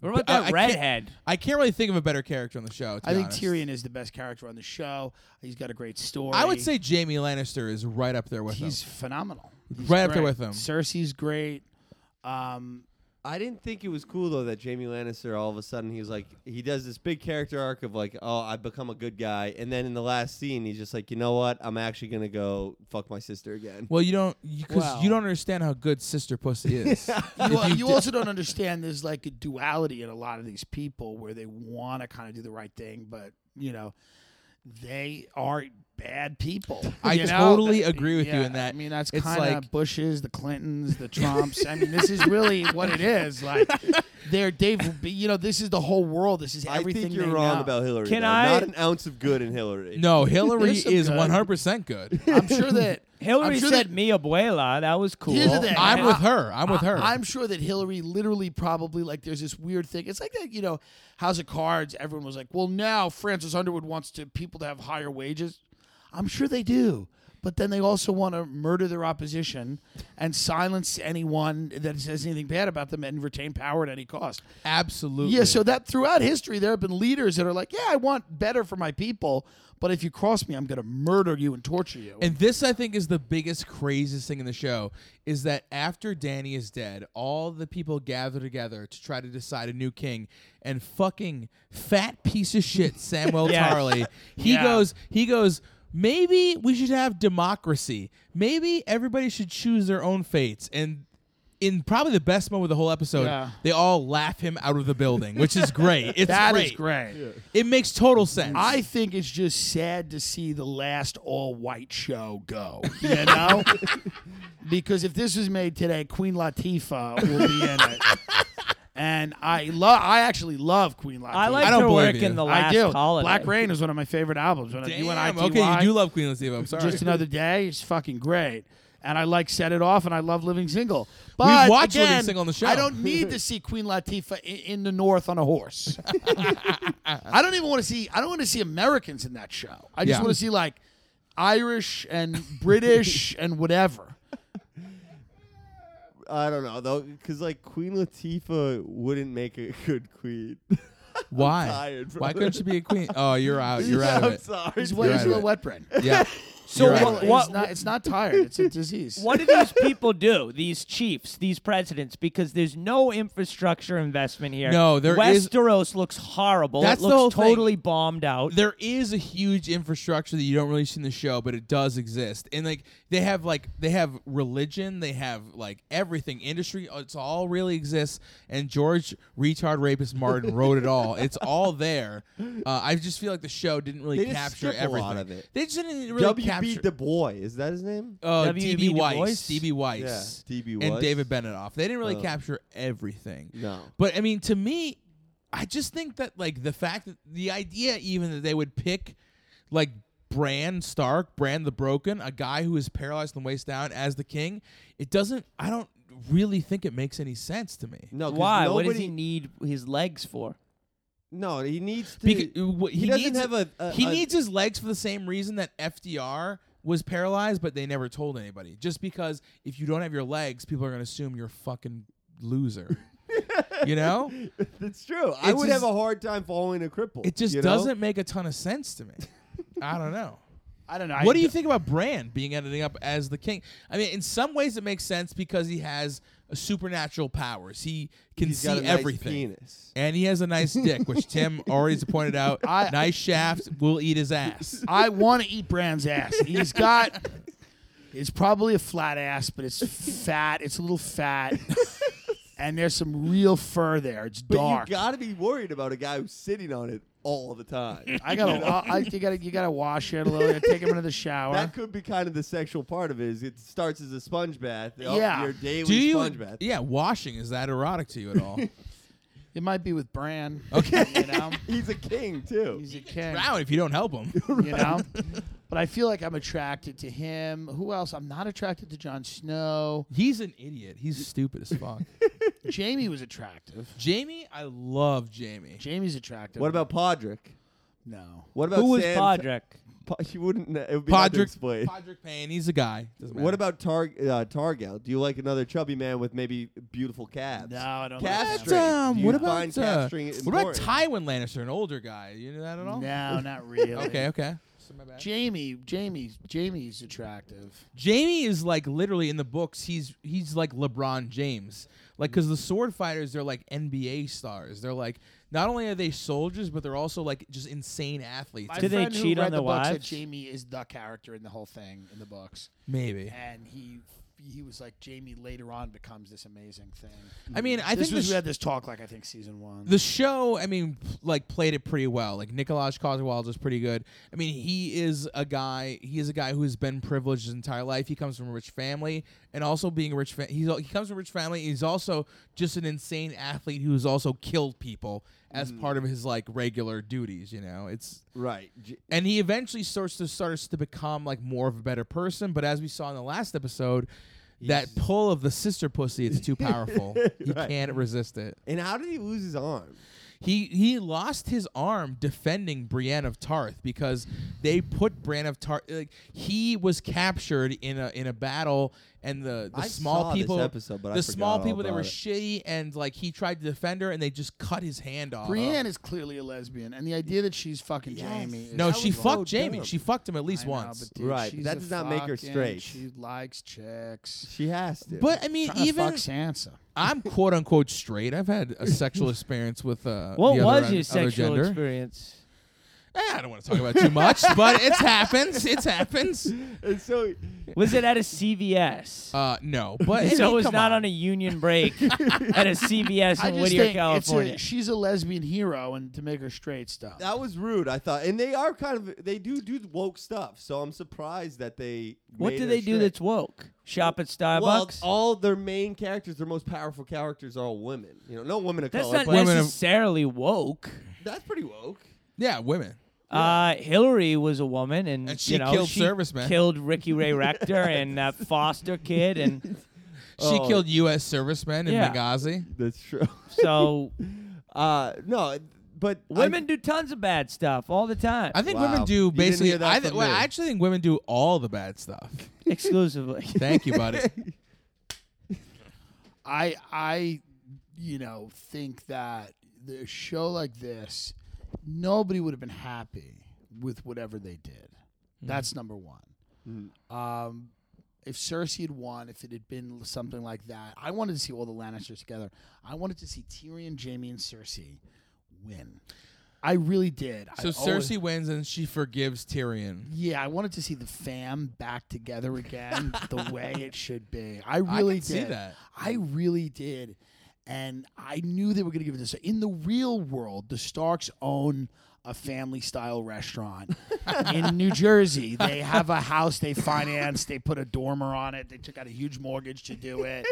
B: What about
D: I-
B: that
D: I can't-
B: redhead?
D: I can't really think of a better character on the show. to
E: I
D: be
E: think
D: honest.
E: Tyrion is the best character on the show. He's got a great story.
D: I would say Jamie Lannister is right up there with
E: he's
D: him.
E: phenomenal. He's
D: Right up there with
E: great.
D: him.
E: Cersei's great. Um,
C: I didn't think it was cool though that Jamie Lannister all of a sudden he was like he does this big character arc of like oh I've become a good guy and then in the last scene he's just like you know what I'm actually gonna go fuck my sister again.
D: Well, you don't because
E: Well-
D: you don't understand how good Sister Pussy is.
E: you, you also don't understand there's like a duality in a lot of these people where they want to kind of do the right thing, but you know, they are bad people.
D: I
E: you know?
D: totally agree with you
E: Yeah,
D: in that
E: I mean, that's
D: it's
E: kind of
D: like-
E: Bushes, the Clintons, the Trumps. I mean, this is really what it is. Like, they're Dave. You know, this is the whole world. This is everything.
C: I think you're
E: they
C: wrong
E: know.
C: about Hillary.
B: Can
C: though.
B: I-
C: Not an ounce of good in Hillary.
D: no, Hillary
E: There's some
D: is
E: good.
D: one hundred percent good.
E: I'm sure that
B: Hillary
E: I'm sure
B: said
E: that
B: "Mi abuela." That was cool.
E: Here's the thing.
D: I'm
E: I-
D: with her. I'm with her.
E: I, am sure that Hillary literally probably like there's this weird thing. It's like that, you know, House of Cards. Everyone was like, well, now Francis Underwood wants to people to have higher wages. I'm sure they do, but then they also want to murder their opposition and silence anyone that says anything bad about them and retain power at any cost.
D: absolutely.
E: Yeah, so that throughout history there have been leaders that are like, yeah, I want better for my people, but if you cross me, I'm going to murder you and torture you.
D: And this, I think, is the biggest, craziest thing in the show is that after Danny is dead, all the people gather together to try to decide a new king, and fucking fat piece of shit Samuel
B: Yes.
D: Tarly, he
E: Yeah.
D: goes, he goes. Maybe we should have democracy. Maybe everybody should choose their own fates. And in probably the best moment of the whole episode,
E: Yeah.
D: they all laugh him out of the building, which is great. It's
E: That
D: great.
E: is great.
D: It makes total sense.
E: I think it's just sad to see the last all white show go. You know? because if this was made today, Queen Latifah will be in it. And I love I actually love Queen Latifah.
B: I like
D: I don't
B: her work
D: believe
B: in
D: you.
B: the
E: I
B: last
E: do.
B: holiday.
E: Black Rain is one of my favorite albums. When I,
D: Damn,
E: you and I
D: okay, you do love Queen Latifah. I'm sorry.
E: Just Another Day is fucking great. And I like Set It Off and I love Living Single. But
D: watched Living
E: again,
D: Single on the show.
E: I don't need to see Queen Latifah in, in the north on a horse. I don't even want to see I don't want to see Americans in that show. I just
D: Yeah.
E: want to see like Irish and British and whatever.
C: I don't know though, because like Queen Latifah wouldn't make a good queen.
D: Why?
C: tired, bro.
D: Why couldn't she be a queen? Oh, you're out. You're out of
C: I'm
D: it.
C: sorry.
E: It's what
D: You're
E: is
D: right.
E: a wet brain.
D: Yeah.
B: so
D: You're right.
B: what,
E: It's
B: what,
E: not it's not tired, it's a disease.
B: what do these people do? These chiefs, these presidents, because there's no infrastructure investment here.
D: No, there
B: Westeros
D: is-
B: looks horrible.
D: That's
B: it
D: the
B: looks
D: whole thing.
B: totally bombed out.
D: There is a huge infrastructure that you don't really see in the show, but it does exist. And like they have like they have religion, they have like everything, industry, uh, it's all really exists. And George retard rapist Martin wrote it all. It's all there. Uh, I just feel like the show didn't really
C: They just
D: capture
C: strip a
D: everything.
C: lot of it.
D: They just didn't really
C: W.B.
D: capture.
C: Du Bois is that his name?
D: uh,
B: W.B.
D: D.B.
B: Du Bois?
D: Weiss, D.B. Weiss,
C: Yeah, D.B.
D: and
C: Weiss.
D: David Benioff. They didn't really
C: Oh.
D: capture everything.
C: No.
D: But I mean, to me, I just think that like the fact that the idea even that they would pick like Bran Stark, Bran the Broken, a guy who is paralyzed from the waist down as the king, it doesn't. I don't really think it makes any sense to me.
C: No, 'cause
B: Why?
C: Nobody,
B: What does he need his legs for?
C: No, he needs to.
D: Because wh- he,
C: he doesn't
D: needs,
C: have a- a-
D: he
C: a-
D: needs his legs for the same reason that FDR was paralyzed, but they never told anybody. Just because if you don't have your legs, people are gonna assume you're a fucking loser. you know,
C: That's true. I
D: It
C: would
D: just-
C: have a hard time following a cripple.
D: it just
C: you know?
D: doesn't make a ton of sense to me. I don't know.
E: I don't know. I
D: what do you
E: d-
D: think about Bran being ending up as the king? I mean, in some ways it makes sense because he has uh, supernatural powers. He can
C: He's
D: see
C: got a nice
D: everything.
C: penis.
D: and he has a nice dick, which Tim already has pointed out.
E: I-
D: nice shaft will eat his ass.
E: I want to eat Brand's ass. He's got. It's probably a flat ass, but it's fat. It's a little fat, and there's some real fur there. It's
C: But
E: dark.
C: you got to be worried about a guy who's sitting on it all the time.
E: I gotta. I, you gotta. You gotta wash it a little. bit. Take him into the shower.
C: that could be kind of the sexual part of it. Is it starts as a sponge bath. oh,
E: Yeah.
C: Your daily
D: Do you?
C: sponge bath.
D: Yeah, washing is that erotic to you at all?
E: It might be with Bran. Okay. You know,
C: He's a king too.
E: he's a king.
D: Brown, if you don't help him.
E: You know, but I feel like I'm attracted to him. Who else? I'm not attracted to Jon Snow.
D: He's an idiot. He's stupid as fuck.
E: Jamie was attractive.
D: Jamie, I love Jamie.
E: Jamie's attractive.
C: What about Podrick?
E: no?
C: What about
B: Who was
C: Sam-
B: Podrick?
C: Po- you wouldn't. know. It would be hard to
D: Podrick-
C: explain.
D: Podrick Payne, he's a guy. Doesn't
C: What
D: matter.
C: about Tar- uh, Targal? Do you like another chubby man with maybe beautiful calves?
E: No, I don't.
C: Cast
E: like
D: That's,
E: that.
C: string.
D: um,
C: Do
D: what
C: you
D: about
C: find
D: uh,
C: calf string
D: what about
C: important?
D: Tywin Lannister, an older guy? You know that at all?
E: No, not really.
D: Okay, okay.
E: Jamie, Jamie, Jamie's attractive.
D: Jamie is like literally in the books. He's he's like LeBron James, like because the sword fighters they're like NBA stars. They're like not only are they soldiers, but they're also like just insane athletes.
E: My
B: Did they
E: friend who
B: cheat on
E: read the
B: their
E: books Said
B: wives?
E: Jamie is the character in the whole thing in the books,
D: Maybe.
E: and he he was like Jamie later on becomes this amazing thing.
D: I mean, I
E: this
D: think the,
E: was, we
D: sh-
E: had this talk like I think season one.
D: the show. I mean, p- like played it pretty well. Like Nikolaj Coswald is pretty good. I mean, he is a guy. He is a guy who has been privileged his entire life. He comes from a rich family, and also being a rich, fa- he's al- he comes from a rich family. He's also just an insane athlete who's also killed people as part of his like regular duties. You know, it's
C: Right. J-
D: and he eventually starts to starts to become like more of a better person. But as we saw in the last episode. That pull of the sister pussy, it's too powerful. He
C: Right.
D: can't resist it.
C: And how did he lose his arm?
D: He he lost his arm defending Brienne of Tarth because they put Brienne of Tarth. Like, he was captured in a in a battle, and the, the
C: I saw
D: small
C: this
D: people,
C: episode, but I
D: the small
C: forgot all
D: people, they were
C: about it.
D: shitty, and like he tried to defend her, and they just cut his hand off.
E: Brienne is clearly a lesbian, and the idea that she's fucking Jamie. Is
D: No,
C: That
D: she
C: was so
D: fucked Jamie.
C: dumb.
D: She fucked him at
E: I
D: least
E: know,
D: once.
E: but dude,
C: Right,
E: she's
C: that
E: a
C: does not make her
E: fucking-
C: straight.
E: She likes chicks.
C: She has to.
D: But, I mean,
E: Trying to
D: even
E: fuck Sansa.
D: I'm quote unquote straight. I've had a sexual experience with uh,
B: What
D: the
B: was
D: other,
B: your
D: other
B: sexual
D: gender.
B: experience?
D: Eh, I don't want to talk about it too much, but it happens. It happens.
C: and so
B: Was it at a CVS?
D: Uh, no, but I
B: so
D: mean,
B: it was
D: come
B: not
D: on.
B: on. a union break at a CVS
E: I
B: in
E: just
B: Whittier,
E: think it's
B: California.
E: a, she's a lesbian hero, and to make her straight stuff.
C: that was rude. I thought, and they are kind of they do do woke stuff. So I'm surprised that they.
B: what
C: made
B: do
C: her
B: they do
C: straight.
B: that's woke? Shop at Starbucks?
C: Well, all their main characters, their most powerful characters, are all women. You know, no women of
B: that's
C: color.
B: not
C: but
D: women of-
B: necessarily woke.
C: that's pretty woke.
D: Yeah, women.
B: Uh, Hillary was a woman, and,
D: And she
B: you know,
D: killed
B: she
D: servicemen.
B: killed Ricky Ray Rector and that Foster kid, and
D: She
C: Oh.
D: killed U.S. servicemen in
B: Yeah.
D: Benghazi.
C: That's true.
B: so
C: Uh, no, but I-
B: women do tons of bad stuff all the time,
D: I think
C: Wow.
D: women
C: You
D: do
C: didn't
D: basically.
C: hear that
D: I, th-
C: from
D: well,
C: me.
D: I actually think women do all the bad stuff.
B: exclusively.
D: Thank you, buddy.
E: I I you know think that the show like this, nobody would have been happy with whatever they did.
D: Mm-hmm.
E: That's number one. Um, if Cersei had won, if it had been something like that, I wanted to see all the Lannisters together. I wanted to see Tyrion, Jamie, and Cersei win. I really did. I
D: so
E: always-
D: Cersei wins and she forgives Tyrion.
E: yeah, I wanted to see the fam back together again, the way it should be. I really
D: could
E: did.
D: see that.
E: I really did, and I knew they were going to give it this. In the real world, the Starks own a family style restaurant in New Jersey. They have a house they financed. They put a dormer on it. They took out a huge mortgage to do it.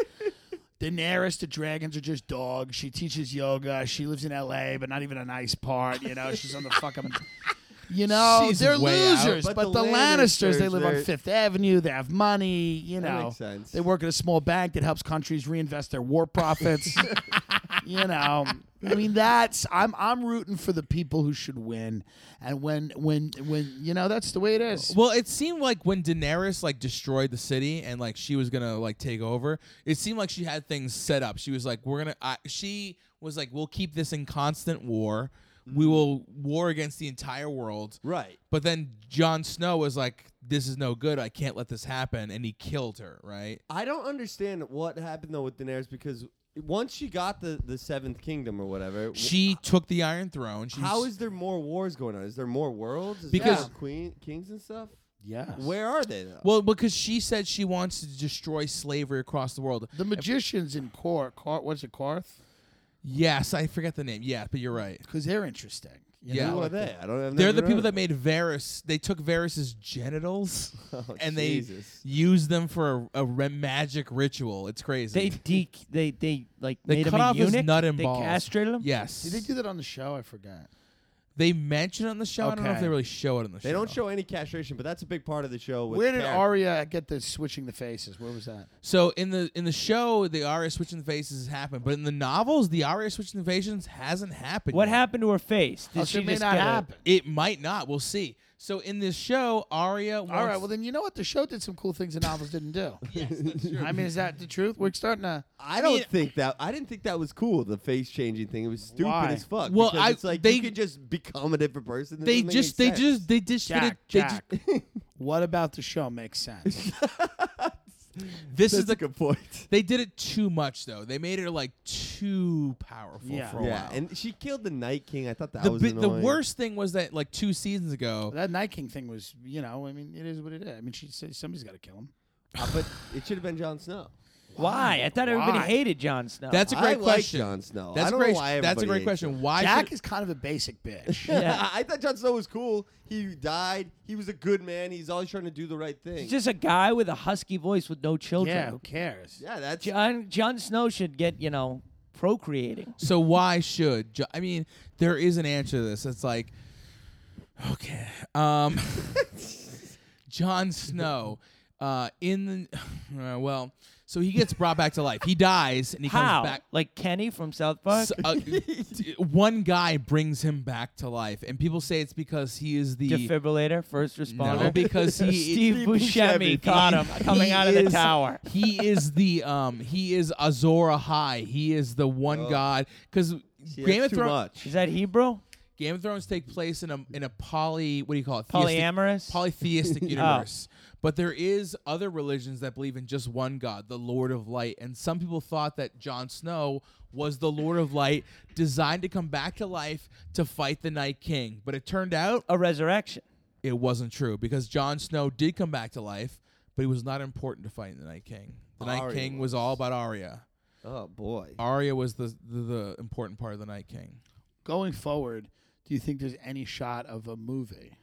E: Daenerys, the dragons are just dogs. She teaches yoga. She lives in L.A., but not even a nice part. You know, she's on the fucking You know,
D: She's
E: they're
D: way out.
E: losers.
C: But
E: But,
C: the
E: the, Lannisters,
C: Lannisters,
E: they live on
C: they're-
E: Fifth Avenue. They have money. You
C: That
E: know,
C: makes sense.
E: they work at a small bank that helps countries reinvest their war profits. you know, I mean, that's I'm I'm rooting for the people who should win, and when when when you know that's the way it is.
D: Well, it seemed like when Daenerys like destroyed the city and like she was gonna like take over, it seemed like she had things set up. She was like, "We're gonna." I, she was like, "We'll keep this in constant war. We will war against the entire world."
C: Mm-hmm. Right.
D: But then Jon Snow was like, "This is no good. I can't let this happen," and he killed her. Right.
C: I don't understand what happened though with Daenerys because once she got the the Seventh Kingdom or whatever, wh-
D: She took the Iron Throne. She's,
C: how is there more wars going on? Is there more worlds? Is
D: Because-
C: there more queen kings and stuff.
E: yeah,
C: Where are they though?
D: well because she said she wants to destroy slavery across the world.
E: the magicians in Cor, Cor what's it, Carth?
D: Yes, I forget the name. Yeah, but you're right.
E: Because they're interesting. you
D: Yeah.
E: know,
C: Who are
E: like
C: they? I don't. I've
D: They're
C: never
D: the people
C: heard
D: that
C: of
D: made Varys. They took Varys's genitals
C: them. Oh,
D: and
C: Jesus.
D: they used them for a, a re- magic ritual. It's crazy.
B: They de- they they like
D: They
B: made
D: cut
B: him a
D: off his
B: eunuch?
D: nut and
B: they
D: balls.
B: castrated him.
D: yes.
E: Did they do that on the show? I forgot.
D: They mention it on the show. I don't know if
E: Okay.
D: they really show it on the show.
C: They don't show any castration, but that's a big part of the show. With
E: Where did
C: character-
E: Arya get the switching the faces? Where was that?
D: So in the in the show, the Arya switching the faces has happened, but in the novels, the Arya switching the faces hasn't happened.
B: What
D: yet.
B: happened to her face? Did
E: Oh, so
B: she
E: it may
B: just
E: not
B: get a-
E: happen.
D: It might not. We'll see. So in this show, Arya.
E: All right, well then you know what? The show did some cool things the novels didn't do. I mean, is that the truth? We're starting to.
C: I don't
D: mean-
C: think that. I didn't think that was cool. The face changing thing. It was stupid
E: Why?
C: as fuck.
D: Well,
C: because
D: I-
C: it's like
D: they-
C: you could just become a different person. That
D: they
C: doesn't make
D: just
C: any
D: they
C: sense.
D: just they just did it-
E: Jack,
D: they
E: Jack.
D: just-
E: what about the show makes sense?
D: this
C: That's
D: is the
C: a good point.
D: They did it too much though. They made her like too powerful
E: Yeah.
D: for a
C: Yeah,
D: while.
C: and she killed the Night King. I thought that
D: Oh, the
C: was
D: bi- the
C: annoying.
D: worst thing was that like two seasons ago.
E: that Night King thing was, you know, I mean, it is what it is. I mean, she said somebody's got to kill him.
C: Uh, but it should have been Jon Snow.
B: Why? I thought everybody
E: Why?
B: hated Jon Snow.
D: That's a
C: I
D: great
C: like
D: question.
C: Jon Snow.
D: That's
C: I don't
D: a great.
C: know why
D: that's a
C: everybody
D: great
C: hates
D: question.
C: him.
D: Why?
E: Jack
D: should-
E: is kind of a basic bitch.
B: Yeah.
C: I thought Jon Snow was cool. He died. He was a good man. He's always trying to do the right thing.
B: He's just a guy with a husky voice with no
E: yeah, who
B: children.
E: cares?
C: yeah, that's
B: John Jon Snow should get you know procreating.
D: so why should? Jo- I mean, there is an answer to this. It's like, okay, um, Jon Snow, uh, in the, uh, well, so he gets brought back to life. He dies and he
B: How?
D: comes back.
B: Like Kenny from South Park?
D: So, uh, d- one guy brings him back to life, and people say it's because he is the
B: Defibrillator, first responder.
D: no, because he
B: Steve, Buscemi caught him coming
D: he
B: out of the
D: is-
B: tower.
D: He is the um. He is Azora High. He is the one god because Game of
C: Oh. too
D: Thrones.
C: much.
B: Is that Hebrew?
D: Game of Thrones take place in a in a poly what do you call it Theistic-
B: Polyamorous?
D: polytheistic
E: Oh.
D: universe. But there is other religions that believe in just one God, the Lord of Light, and some people thought that Jon Snow was the Lord of Light, designed to come back to life to fight the Night King. But it turned out
B: a resurrection.
D: it wasn't true because Jon Snow did come back to life, but he was not important to fighting the Night King. The Night
C: Arya
D: King was all about Arya.
C: Oh boy.
D: Arya was the, the the important part of the Night King.
E: Going forward, do you think there's any shot of a movie?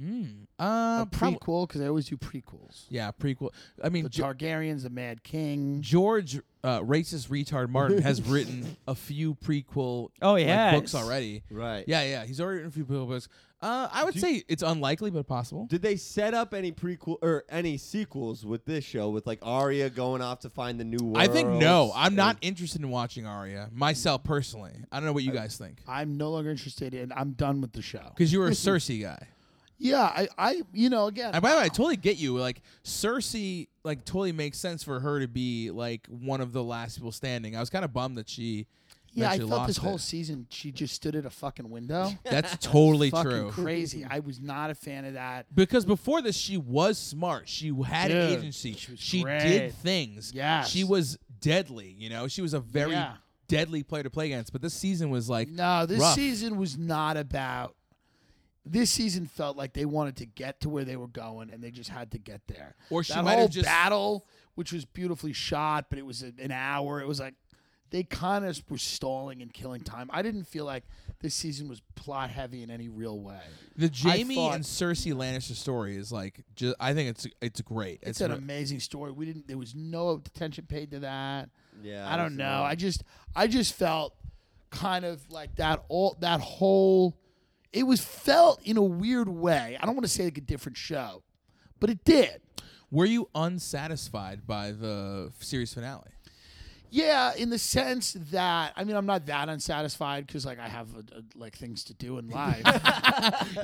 D: Mm. Uh,
E: A
D: prob-
E: prequel? Because I always do prequels.
D: yeah, prequel. I mean,
E: The
D: Jo-
E: Targaryens, the Mad King.
D: George, uh, racist retard Martin, has written a few prequel
B: Oh, he
D: like,
B: has.
D: books already.
C: Right.
D: Yeah, yeah, he's already written a few prequel books. Uh, I would say it's unlikely but possible.
C: Did they set up any prequel or any sequels with this show with like Arya going off to find the new world?
D: I think no. I'm not interested in watching Arya myself personally. I don't know what you guys think
E: I'm no longer interested in. I'm done with the show.
D: because you were a Cersei guy.
E: Yeah, I, I, you know, again,
D: And by the way, I totally get you. Like Cersei, like totally makes sense for her to be like one of the last people standing. I was kind of bummed that she.
E: Yeah, I
D: eventually
E: felt this
D: lost
E: whole
D: it.
E: season she just stood at a fucking window.
D: That's totally
E: fucking
D: true.
E: crazy. I was not a fan of that.
D: Because before this, she was smart. She had an
E: Dude,
D: agency.
E: she
D: She,
E: was great.
D: did things.
E: Yes.
D: She was deadly. You know, she was a very
E: Yeah.
D: deadly player to play against. But this season was like,
E: No, this
D: rough.
E: season was not about. This season felt like they wanted to get to where they were going, and they just had to get there.
D: Or she
E: that
D: might have
E: whole
D: just-
E: battle, which was beautifully shot, but it was a- an hour. It was like they kind of were stalling and killing time. I didn't feel like this season was plot heavy in any real way.
D: the Jamie
E: thought-
D: and Cersei Lannister story is like, ju- I think it's it's great.
E: It's an
D: re-
E: amazing story. We didn't. There was no attention paid to that.
C: Yeah.
E: I don't
C: that's
E: know.
C: annoying.
E: I just I just felt kind of like that all that whole it was felt in a weird way. I don't want to say like a different show, but it did.
D: Were you unsatisfied by the f- series finale?
E: Yeah, in the sense that I mean, I'm not that unsatisfied because like I have uh, uh, like things to do in life.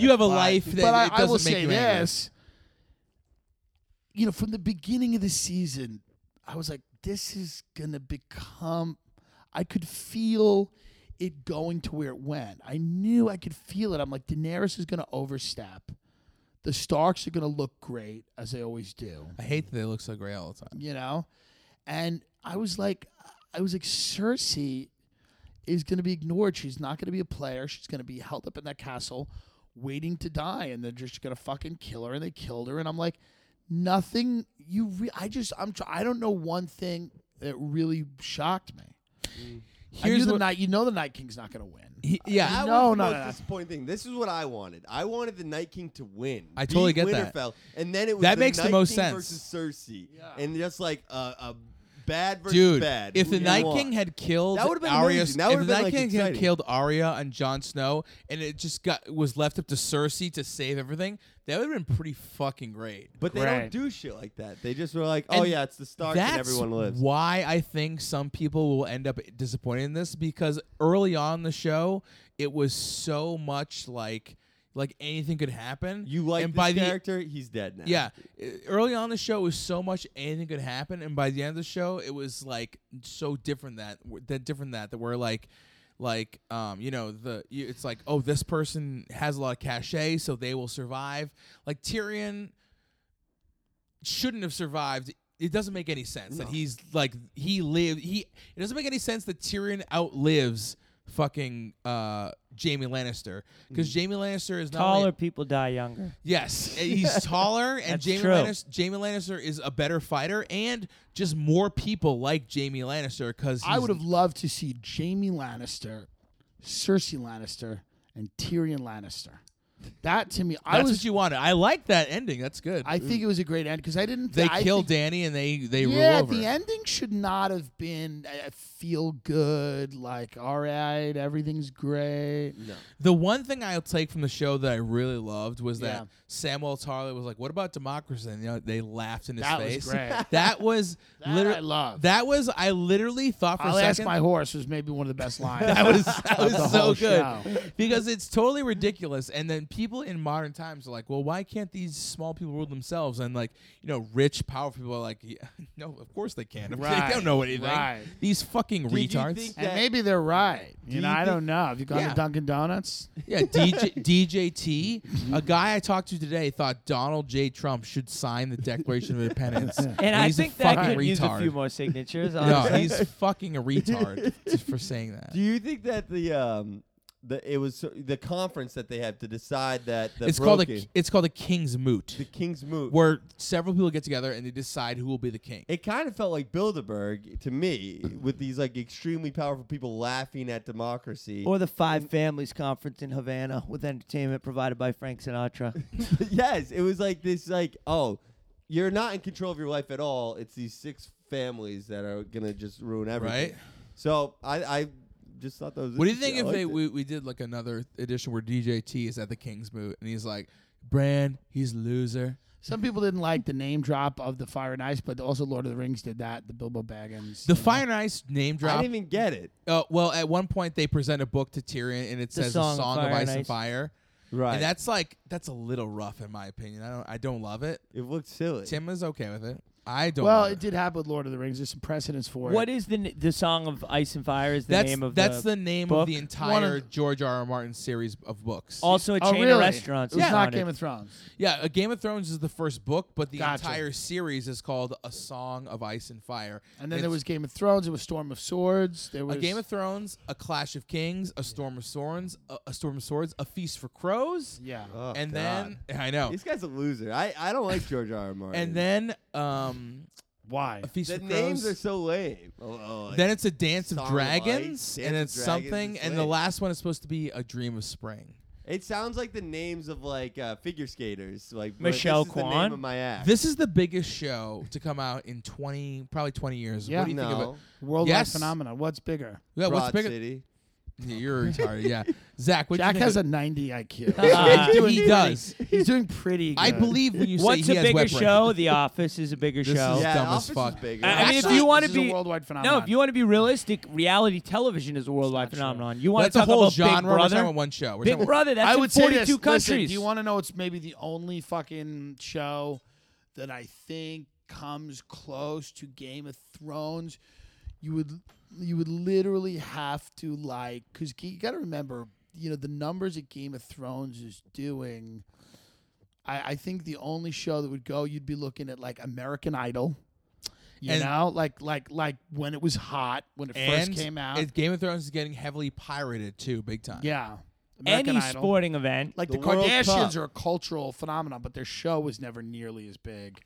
D: You have a
E: But-
D: life that
E: Uh, but I,
D: it
E: I
D: doesn't
E: will
D: make
E: say
D: you
E: this. You know, from the beginning of the season, I was like, this is gonna become I could feel it going to where it went. I knew I could feel it. I'm like, Daenerys is gonna overstep. The Starks are gonna look great, as they always do.
D: angry. I hate that they look so gray all the time.
E: You know? And I was like I was like, Cersei is going to be ignored. She's not going to be a player. She's going to be held up in that castle waiting to die and they're just going to fucking kill her and they killed her and I'm like nothing you re- I just I'm tr- I don't know one thing that really shocked me. I knew the
D: Mm. what-
E: night you know the Night King's not going to win.
D: He- yeah,
C: That
E: No,
C: was the
E: no,
C: most
E: no, no.
C: disappointing thing. This is what I wanted. I wanted the Night King to win.
D: I totally
C: beat
D: get that.
C: Winterfell, and then it was
D: That
C: the
D: makes the
C: Night
D: most
C: King
D: sense.
C: versus Cersei, and just like a, a bad versus
D: dude.
C: bad.
D: If the
C: who
D: Night
C: won?
D: King had killed
C: That would've been
D: Arya,
C: amazing. That
D: if the
C: would've been,
D: Night
C: like,
D: King had
C: exciting.
D: killed Arya and Jon Snow, and it just got was left up to Cersei to save everything, that would have been pretty fucking great.
C: but they
B: Right.
C: don't do shit like that. They just were like, oh
D: And
C: yeah, it's the Stark,
D: That's
C: and everyone lives.
D: why I think some people will end up disappointed in this because early on in the show, it was so much like like anything could happen.
C: you like
D: and
C: this
D: by the
C: character? he's dead now.
D: Yeah, e- early on in the show it was so much anything could happen, and by the end of the show it was like so different that that different that that we're like, like um you know the you- it's like oh this person has a lot of cachet so they will survive. Like Tyrion shouldn't have survived. It doesn't make any sense that he's like he lived he. It doesn't make any sense that Tyrion outlives fucking uh Jamie Lannister because Jamie Lannister is not only-
B: Taller people die younger.
D: Yes, and he's taller, and
B: That's
D: Jamie
B: true.
D: Lannister, Jamie Lannister is a better fighter, and just more people like Jamie Lannister because
E: I would have loved to see Jamie Lannister, Cersei Lannister and Tyrion Lannister. That to me I
D: That's
E: was
D: what you wanted. I like that ending. That's good.
E: I think it was a great end because I didn't.
D: Mm. they
E: I think-
D: kill Danny and they they
E: yeah,
D: rule over.
E: the ending should not have been uh, feel good. Like, all right, everything's great.
C: No.
D: The one thing I'll take from the show that I really loved was
E: Yeah.
D: that Samuel Tarly was like, "What about democracy?" And you know, they laughed in his
E: That was
D: face.
E: great.
D: that was
E: That
D: literally.
E: I loved.
D: That was I literally thought for
E: I'll
D: a
E: ask
D: second.
E: my horse was maybe one of the best lines.
D: That was that
E: of
D: was
E: the
D: so
E: whole
D: good
E: show.
D: because it's totally ridiculous. And then people in modern times are like, "Well, why can't these small people rule themselves?" And like, you know, rich, powerful people are like, yeah, "No, of course they can.
E: Right,
D: They don't know anything.
E: right.
D: These fucking
C: you
D: retards."
C: think-
E: And
C: That-
E: maybe they're right. You
C: you
E: know, I
C: think-
E: don't know. Have you gone
D: Yeah.
E: to Dunkin' Donuts?
D: yeah, DJ, DJT, a guy I talked to today thought Donald J. Trump should sign the Declaration of Independence, and,
B: And I
D: he's
B: think
D: a
B: that
D: fucking
B: could
D: retard.
B: use a few more signatures.
D: no,
B: Honestly.
D: he's fucking a retard just for saying that.
C: Do you think that the um the it was so- the conference that they had to decide that the
D: It's called
C: broken-
D: a it's called a king's moot.
C: the King's move?
D: where several people get together and they decide who will be the king.
C: it kind of felt like Bilderberg to me, with these like extremely powerful people laughing at democracy.
B: Or the Five Families Conference in Havana with entertainment provided by Frank Sinatra.
C: yes, it was like this like, oh, you're not in control of your life at all. It's these six families that are gonna just ruin everything.
D: Right.
C: So I, I just thought that was
D: What do you think if
C: interesting. I
D: they
C: liked it.
D: we, we did like another edition where DJT is at the king's moot and he's like, Brand, he's a loser.
E: Some people didn't like the name drop of the Fire and Ice, but also Lord of the Rings did that. The Bilbo Baggins.
D: The
E: you know.
D: Fire and Ice name
C: I
D: drop.
C: didn't even get it.
D: Uh, well, at one point they present a book to Tyrion and it
B: The
D: says
B: Song of
D: "The Song of
B: Fire and
D: Ice and
B: Ice.
D: Fire,"
C: Right.
D: and that's like that's a little rough in my opinion. I don't I don't love it.
C: it looked silly.
D: Tim is okay with it. I don't.
E: well,
D: love
E: it did happen with Lord of the Rings. There's some precedence for
B: what
E: it.
B: is the n- the song of Ice and Fire? Is the
D: That's
B: name of
D: that's
B: the,
D: the, name
B: book.
D: of the
E: One
D: entire
E: of-
D: George R. R. Martin series of books.
B: also a
E: Oh,
B: chain
E: really?
B: of restaurants.
E: It was
B: is on
E: not
B: it.
E: Game of Thrones.
D: Yeah, a Game of Thrones is the first book, but the
E: Gotcha.
D: entire series is called A Song of Ice and Fire.
E: And then
D: It's
E: there was Game of Thrones. There was Storm of Swords. There was
D: a Game of Thrones, a Clash of Kings, a Storm of Swords, a, a Storm of Swords, a Feast for Crows,
E: yeah.
C: Oh,
D: and
C: God.
D: then I know,
C: this guy's a loser. I, I don't like George R. R. Martin.
D: and then um,
E: Why?
D: a Feast
C: the
D: for
C: names
D: Crows.
C: are so lame. Oh, oh, like-
D: then it's a Dance of
C: Song of Ice,
D: Dragons,
C: Dance
D: and
C: of
D: it's
C: Dragons
D: something,
C: is
D: and the
C: lit.
D: last one is supposed to be a Dream of Spring.
C: It sounds like the names of like uh, figure skaters, like but
B: Michelle
C: this is the
B: Kwan?
C: name of my act.
D: This is the biggest show to come out in twenty, probably twenty years.
E: Yeah.
D: What do you think of it?
C: no,
E: Worldwide
D: Yes.
E: phenomenon. What's bigger?
D: Yeah, what's
C: Broad
D: bigger?
C: City.
D: You're retarded. Yeah, Zach. What
E: Jack
D: you think
E: has
D: of-
E: a 90 IQ.
B: Uh,
E: he's doing
D: he
E: pretty-
D: does.
E: He's doing pretty. Good.
D: I believe when you say
B: What's
D: he
B: a
D: has
B: bigger
D: wet brain.
B: show? The Office is a bigger
D: This
B: show.
D: is
C: Yeah,
D: dumb
C: Office
D: as fuck.
C: is bigger.
B: I mean, if
E: Actually,
B: you want to
E: this is a
B: be
E: worldwide phenomenon.
B: No, if you want to be realistic, reality television is a worldwide
E: It's not true.
B: phenomenon. You want
D: That's
B: to
D: a
B: talk
D: whole
B: about Big
D: genre. We're talking
B: Brother?
D: about one show. We're
B: Big
D: talking-
B: Brother. That's
E: I
B: in
E: would say
B: 42
E: this.
B: countries.
E: Listen, do you want to know? It's maybe the only fucking show that I think comes close to Game of Thrones. You would you would literally have to like because you got to remember, you know, the numbers that Game of Thrones is doing. I, I think the only show that would go, you'd be looking at like American Idol. You
D: And-
E: know, like like like when it was hot when it
D: and
E: first came out.
D: it- Game of Thrones is getting heavily pirated too, big time.
E: yeah,
B: any
E: Idol.
B: sporting event?
E: Like the,
C: The World
E: Kardashians
C: Cup.
E: are a cultural phenomenon, but their show was never nearly as big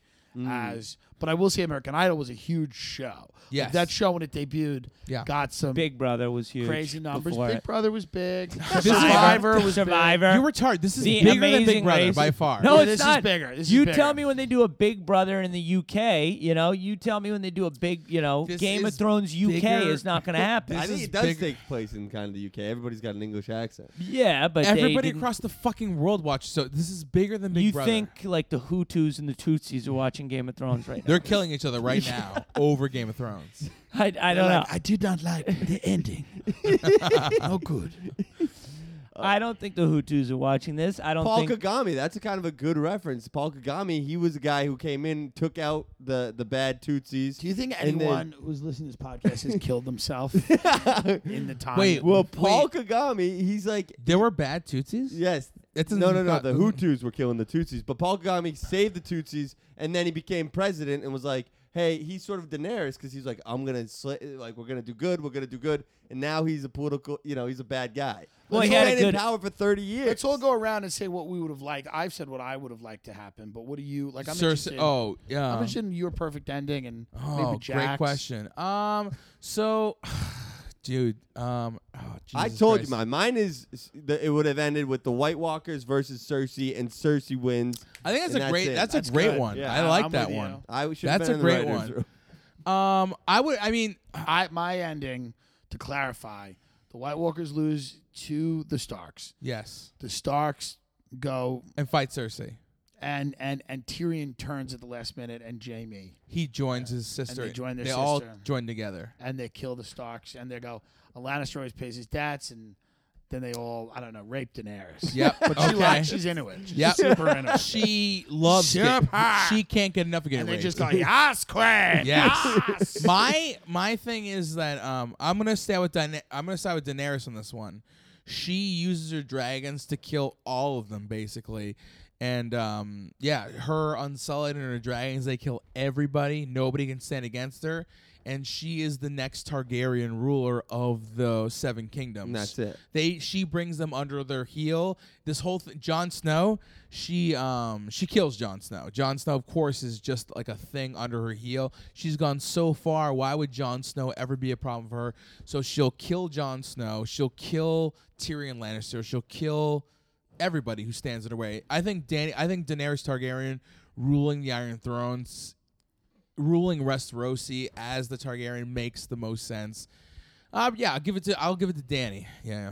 E: as. But I will say, American Idol was a huge show. Like,
D: Yes.
E: that show when it debuted,
D: Yeah.
E: got some
B: Big Brother was huge.
E: crazy numbers.
B: before
E: Big
B: it.
E: Brother was big.
B: Survivor
E: Survivor was
B: Survivor.
D: You're retarded. This is
B: The
D: bigger than Big
B: Amazing
D: Brother
B: Race.
D: by far.
B: No,
E: Yeah,
B: it's
E: this is
B: not.
E: bigger. This is
B: you
E: bigger.
B: tell me when they do a Big Brother in the UK. You know, you tell me when they do a big. You know,
D: This
B: Game of
D: is
B: Thrones UK
D: bigger-
B: is not going to happen.
C: I
D: This
C: think
D: is
C: it does
D: big-
C: take place in kind of the UK. Everybody's got an English accent.
B: yeah, but they
D: Everybody
B: didn't-
D: across the fucking world watches. So this is bigger than Big
B: You
D: Brother.
B: think like the Hutus and the Tutsis are watching Game of Thrones right now?
D: they're killing each other right now over Game of Thrones?
B: I, I don't know.
E: I did not like the ending. no good.
B: I don't think the Hutus are watching this. I don't
C: Paul
B: think.
C: Kagame, that's a kind of a good reference. Paul Kagame, he was a guy who came in, took out the the bad Tootsies.
E: Do you think
C: And then-
E: anyone who's listening to this podcast has killed themselves in the time?
D: Wait,
C: Well, Paul Kagame, he's like
D: There were bad Tootsies.
C: Yes.
D: That's
C: no, no, no.
D: not-
C: The Hutus were killing the Tutsis, but Paul Kagame saved the Tutsis, and then he became president and was like, "Hey, he's sort of Daenerys because he's like, I'm gonna sl- like, we're gonna do good, we're gonna do good," and now he's a political, you know, he's a bad guy.
B: Well, he
C: he's
B: had a
C: been
B: good-
C: in power for 30 years.
E: Let's all go around and say what we would have liked. I've said what I would have liked to happen, but what do you like? I'm
D: Cersei.
E: interested.
D: Oh, yeah.
E: I'm interested in your perfect ending and
D: Oh,
E: maybe Jack's.
D: great question. Um, so, dude, um, oh,
C: I
D: Jesus
C: told
D: Christ.
C: you mine. Mine is s- the, it would have ended with the White Walkers versus Cersei, and Cersei wins.
D: I think that's
C: and
D: a great.
C: it.
D: That's,
E: That's
D: a great
E: good.
D: one.
C: Yeah,
D: I like
E: I'm
D: that
E: with
D: one.
C: I should.
D: That's
C: been
D: a
C: in
D: great
C: the writers'
D: one.
C: room.
D: Um, I would. I mean,
E: I my ending to clarify: the White Walkers lose to the Starks.
D: yes,
E: The Starks go
D: and fight Cersei.
E: and and and Tyrion turns at the last minute, and Jamie
D: He joins his sister.
E: they join their
D: all
E: sister.
D: join together.
E: and they kill the Starks, and they go. Alanis always pays his debts, and then they all I don't know rape Daenerys.
D: Yep.
E: but she
D: okay.
E: likes, she's into it. She's
D: Yep.
E: super into it.
D: She loves. get-
E: Super.
D: she can't get enough of getting
E: and they
D: raped.
E: just go, "Yes, Queen."
D: Yes. my my thing is that um I'm gonna stay with Dana- I'm gonna side with Daenerys on this one. She uses her dragons to kill all of them basically, and um yeah, her Unsullied and her dragons they kill everybody. Nobody can stand against her, and she is the next Targaryen ruler of the Seven Kingdoms.
C: And that's it.
D: They she brings them under their heel. This whole thing, Jon Snow, she um she kills Jon Snow. Jon Snow, of course, is just like a thing under her heel. She's gone so far. Why would Jon Snow ever be a problem for her? So she'll kill Jon Snow. She'll kill Tyrion Lannister. She'll kill everybody who stands in her way. I think Danny. I think Daenerys Targaryen ruling the Iron Thrones, ruling Westerosi as the Targaryen makes the most sense. Um, yeah, I'll give it to I'll give it to Danny. Yeah.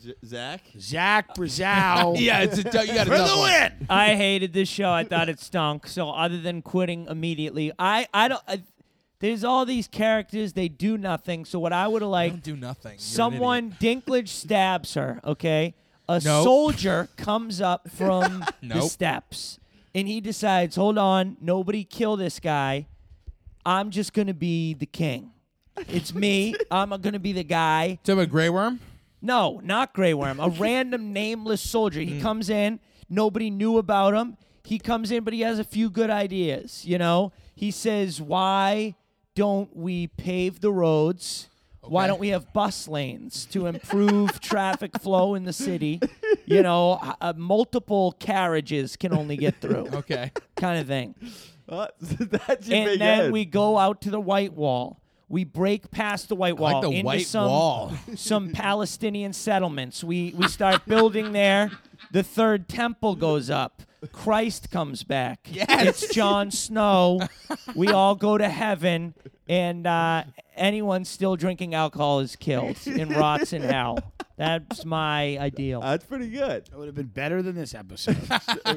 C: Z- Zach.
E: Zach
C: Oh.
E: Brazow.
D: Yeah, it's a du- you got a
E: For
D: tough
E: the
D: one.
E: win.
B: I hated this show. I thought it stunk. So other than quitting immediately, I I don't. I, there's all these characters. They do nothing. So what I would have
D: I
B: liked,
D: don't do nothing. You're an
B: someone Dinklage stabs her. Okay, a
D: Nope.
B: soldier comes up from the
D: Nope.
B: steps, and he decides, hold on, nobody kill this guy. I'm just gonna be the king. It's me. I'm gonna be the guy.
D: idiot. Talking about Grey Worm?
B: No, not Grey Worm. A random nameless soldier.
D: Mm.
B: He comes in. Nobody knew about him. He comes in, but he has a few good ideas. You know, he says, "Why don't we pave the roads? Why
D: Okay.
B: don't we have bus lanes to improve traffic flow in the city? You know, h- uh, multiple carriages can only get through,
D: Okay.
B: kind of thing."
C: Uh, that's your big
B: and then
C: head.
B: we go out to the White Wall. We break past the White Wall
D: like the
B: into
D: White
B: some
D: Wall.
B: some Palestinian settlements. We we start building there. The third temple goes up. Christ comes back. Yes. It's Jon Snow. we all go to heaven, and uh, anyone still drinking alcohol is killed and rots in hell. That's my ideal.
C: That's pretty good.
E: That would have been better than this episode.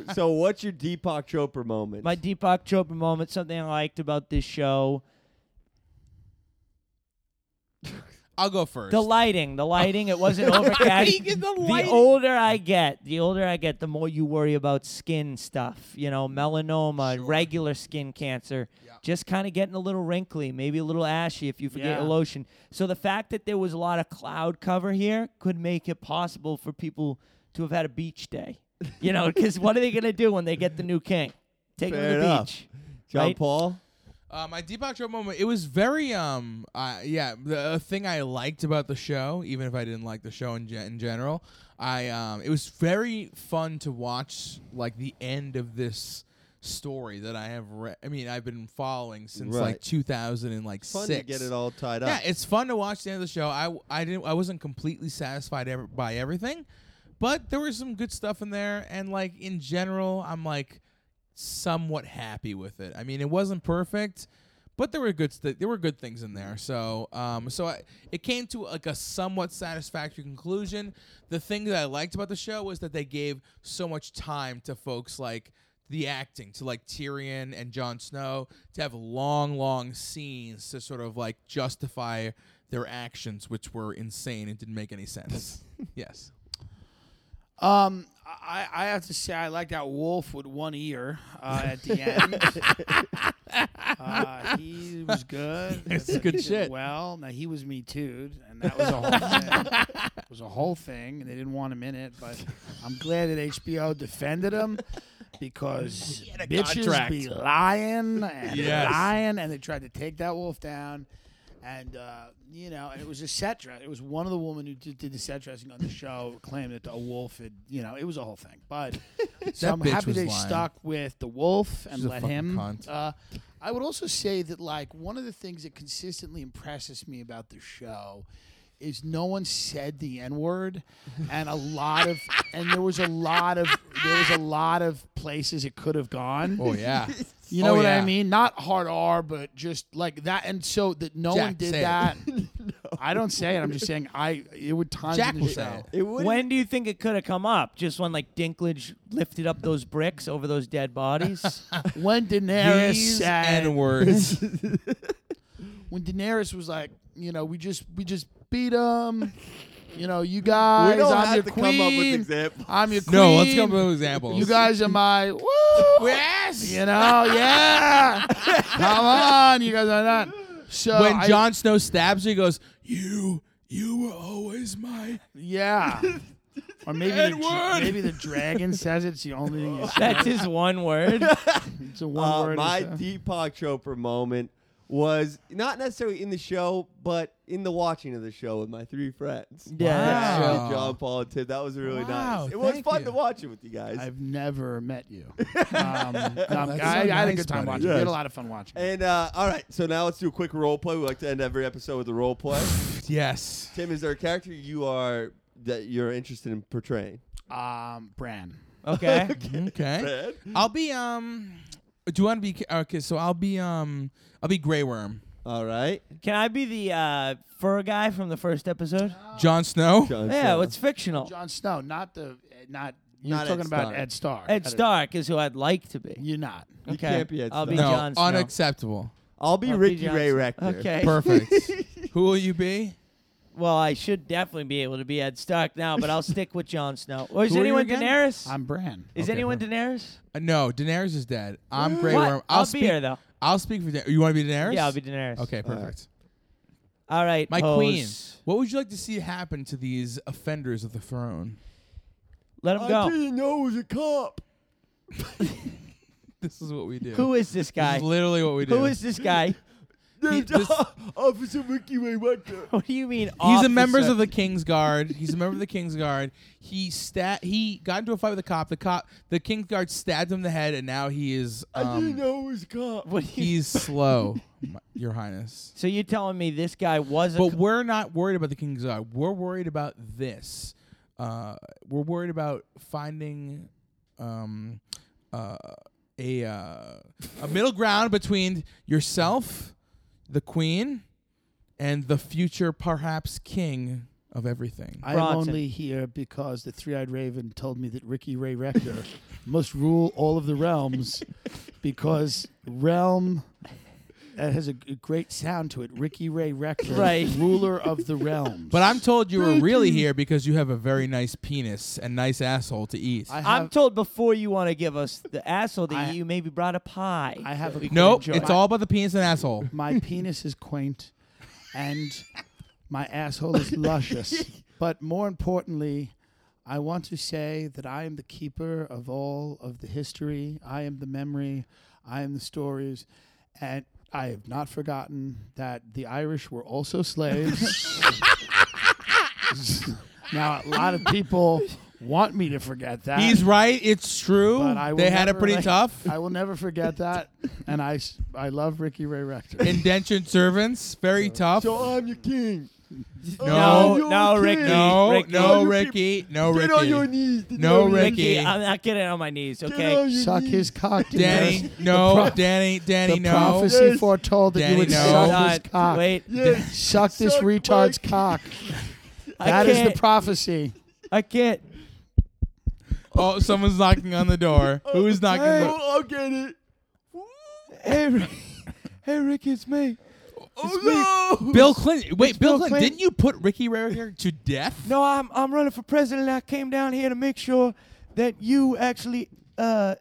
C: so, what's your Deepak Chopra moment?
B: my Deepak Chopra moment, something I liked about this show.
D: I'll go first.
B: The lighting, the lighting, it wasn't overcast.
D: Lighting and the
B: the
D: lighting.
B: older I get, the older I get, the more you worry about skin stuff. You know, melanoma,
D: Sure.
B: regular skin cancer,
D: Yeah.
B: just kind of getting a little wrinkly, maybe a little ashy if you forget your
E: Yeah.
B: lotion. So the fact that there was a lot of cloud cover here could make it possible for people to have had a beach day. You know, because what are they going to do when they get the new king? Take
C: Fair
B: them to the
C: enough.
B: beach.
C: John
B: right?
C: Paul?
D: Uh, my Deepak Chopra moment. It was very um. Uh, yeah, the a thing I liked about the show, even if I didn't like the show in, gen- in general, I um. It was very fun to watch, like the end of this story that I have read. I mean, I've been following since
C: Right.
D: like 2000 and like
C: Fun
D: six.
C: to get it all tied up.
D: Yeah, it's fun to watch the end of the show. I I didn't I wasn't completely satisfied ever, by everything, but there was some good stuff in there, and like in general, I'm like somewhat happy with it. I mean, it wasn't perfect, but there were good st- there were good things in there. So um so I, it came to like a somewhat satisfactory conclusion. The thing that I liked about the show was that they gave so much time to folks like the acting to like Tyrion and Jon Snow to have long, long scenes to sort of like justify their actions, which were insane and didn't make any sense. yes.
E: Um, I, I have to say I like that wolf with one ear uh, at the end. uh, he was good. That's
D: good shit.
E: Well, now he was me too, and that was a whole thing. it was a whole thing, and they didn't want him in it. But I'm glad that HBO defended him because bitches
D: contract.
E: be lying and
D: Yes.
E: lying, and they tried to take that wolf down. And uh, you know, and it was a set dress. It was one of the women who did, did the set dressing on the show claimed that a wolf had, you know, it was a whole thing. But so I'm
D: bitch
E: happy
D: was
E: they
D: lying.
E: stuck with the wolf and
D: She's a
E: let
D: fucking
E: him.
D: cunt.
E: Uh, I would also say that like one of the things that consistently impresses me about the show is no one said the n word, and a lot of and there was a lot of there was a lot of places it could have gone.
D: Oh yeah.
E: You know
D: Oh,
E: what
D: yeah.
E: I mean? Not hard R, but just like that. And so that no one
D: Jack,
E: did
D: say it.
E: that. I don't say it. I'm just saying I. It would times
D: Jack
E: in the
D: will
E: show.
D: say it.
C: It would
B: When do you think it could have come up? Just when like Dinklage lifted up those bricks over those dead bodies?
E: When Daenerys
D: These
E: said,
D: N words.
E: when Daenerys was like, you know, we just we just beat them. You know, you guys.
C: We don't
E: I'm
C: have
E: your
C: to
E: queen.
C: come up with examples.
E: I'm your queen.
D: no, let's come up with examples.
E: You guys are my. Woo!
D: Yes.
E: You know, yeah. come on, you guys are not. So
D: When
E: I-
D: Jon Snow stabs her, he goes, "You, you were always my."
E: Yeah. Or maybe the, dra-
D: Edward!
E: maybe the dragon says it's the only thing. It's,
B: That's his one word.
E: it's a one
C: Uh,
E: word.
C: my
E: it's a-
C: Deepak Chopra moment was not necessarily in the show, but in the watching of the show with my three friends.
B: Yeah.
D: Wow.
C: John Paul and Tim. That was really
D: Wow,
C: nice. It was
D: thank
C: fun
D: you.
C: to watch it with you guys.
E: I've never met you. Um, no, I'm-
D: so
E: I, I had a
D: nice,
E: good time
D: buddy.
E: watching.
C: Yes.
E: We had a lot of fun watching.
C: and uh, all right, so now let's do a quick role play. We like to end every episode with a role play.
D: Yes.
C: Tim, is there a character you are that you're interested in portraying?
E: Um, Bran.
B: Okay.
D: Okay.
C: Red?
D: I'll be um. Do you want to be ca- okay? So I'll be um. I'll be Grey Worm.
C: All right,
B: Can I be the uh, fur guy from the first episode?
D: Jon Snow.
C: John.
B: Yeah, it's fictional.
E: Jon Snow, not the not. You're
C: Not Ed
E: talking about
C: Stark.
E: Ed Starr.
B: Ed Stark is who I'd like to be.
E: You're not.
C: You
B: Okay.
C: can't be Ed
B: I'll be
C: Stark.
D: no,
B: Jon Snow.
D: unacceptable.
C: I'll be
B: I'll be
C: Ricky
B: Jon
C: Ray
B: Snow.
C: Rector.
B: Okay.
D: Perfect. Who will you be?
B: Well, I should definitely be able to be Ed Stark now, but I'll stick with Jon Snow. Or is
D: Who are you
B: anyone
D: again?
B: Daenerys?
E: I'm Bran.
B: is anyone Daenerys?
D: Uh, no, Daenerys is dead. I'm Grey
B: What?
D: Worm.
B: I'll,
D: I'll,
B: be
D: speak.
B: here though.
D: I'll speak for Daenerys. You want to be Daenerys?
B: Yeah, I'll be Daenerys.
D: Okay,
C: All right.
D: perfect.
B: All right.
D: My
B: hoes.
D: queen. What would you like to see happen to these offenders of the throne?
B: Let him
C: I
B: go.
C: didn't know it was a cop.
D: This is what we do.
B: Who is this
D: This
B: guy?
D: is literally what we do.
B: Who is this guy?
D: He- this-
C: Officer Ricky Ray Rector.
B: What do you mean?
D: He's a member of the King's Guard. He's a member of the King's Guard. He stat. He got into a fight with a cop. The cop, the King's Guard, stabbed him in the head, and now he is. Um,
C: know it was a cop.
B: What do you-
D: he's slow, my- Your Highness.
B: so you're telling me this guy was a
D: But
B: co-
D: we're not worried about the King's Guard. We're worried about this. Uh, we're worried about finding um, uh, a uh, a middle ground between yourself, the queen, and the future perhaps king of everything.
E: I'm
B: Bronson.
E: only here because the three-eyed raven told me that Ricky Ray Rector must rule all of the realms because realm that has a g- great sound to it. Ricky Ray Rector,
B: Right.
E: ruler of the realms.
D: but I'm told you were really here because you have a very nice penis and nice asshole to eat.
E: I
B: I'm
E: have-
B: told before you want to give us the asshole that
E: I-
B: you maybe brought a pie.
E: I have a
B: that we can
D: nope,
B: enjoy.
D: it's all about the penis and asshole.
E: my penis is quaint and my asshole is luscious. But more importantly, I want to say that I am the keeper of all of the history. I am the memory. I am the stories. And I have not forgotten that the Irish were also slaves. now, a lot of people want me to forget that.
D: He's right. It's true.
E: but I will
D: They had it
E: never
D: pretty
E: let-
D: tough.
E: I will never forget that. And I, s- I love Ricky Ray Rector.
D: Indentured servants, very tough.
C: So I'm your king.
D: No,
C: you're
B: no,
C: okay.
B: Ricky,
D: no,
B: Ricky.
D: no,
C: You
D: Ricky, no,
C: Get on your
D: Ricky,
C: knees. Get
D: No,
C: on your
D: Ricky.
B: Ricky, I'm not getting on my knees,
C: knees. Get on
B: okay?
C: your
E: Suck
C: knees.
E: his cock,
D: Danny,
E: Daenerys.
D: no,
E: The,
D: Danny, Danny,
E: pro- the
D: no.
E: prophecy
C: Yes.
E: foretold that
D: Danny,
E: you would
D: no.
E: suck
B: Shut
E: his
B: up.
E: cock.
B: Wait,
C: Yes.
E: Suck this
C: Suck my
E: retard's cock.
B: I
E: That is the
B: can't-
E: prophecy.
B: I can't.
D: Oh, someone's knocking on the door.
E: Oh,
D: Who is knocking?
C: Hey,
D: the-
C: I'll get it.
B: Hey, Rick, hey, Rick, it's me.
C: Oh no.
D: Bill Clinton. Wait, Bill
B: Bill
D: Clinton.
B: Clinton.
D: Didn't you put Ricky Rarick to death?
B: No, I'm I'm running for president. I came down here to make sure that you actually uh,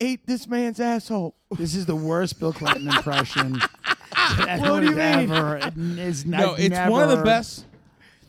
B: ate this man's asshole.
E: This is the worst Bill Clinton impression. what
B: do you mean?
E: Ever. It n- is not,
D: no, it's one of the best.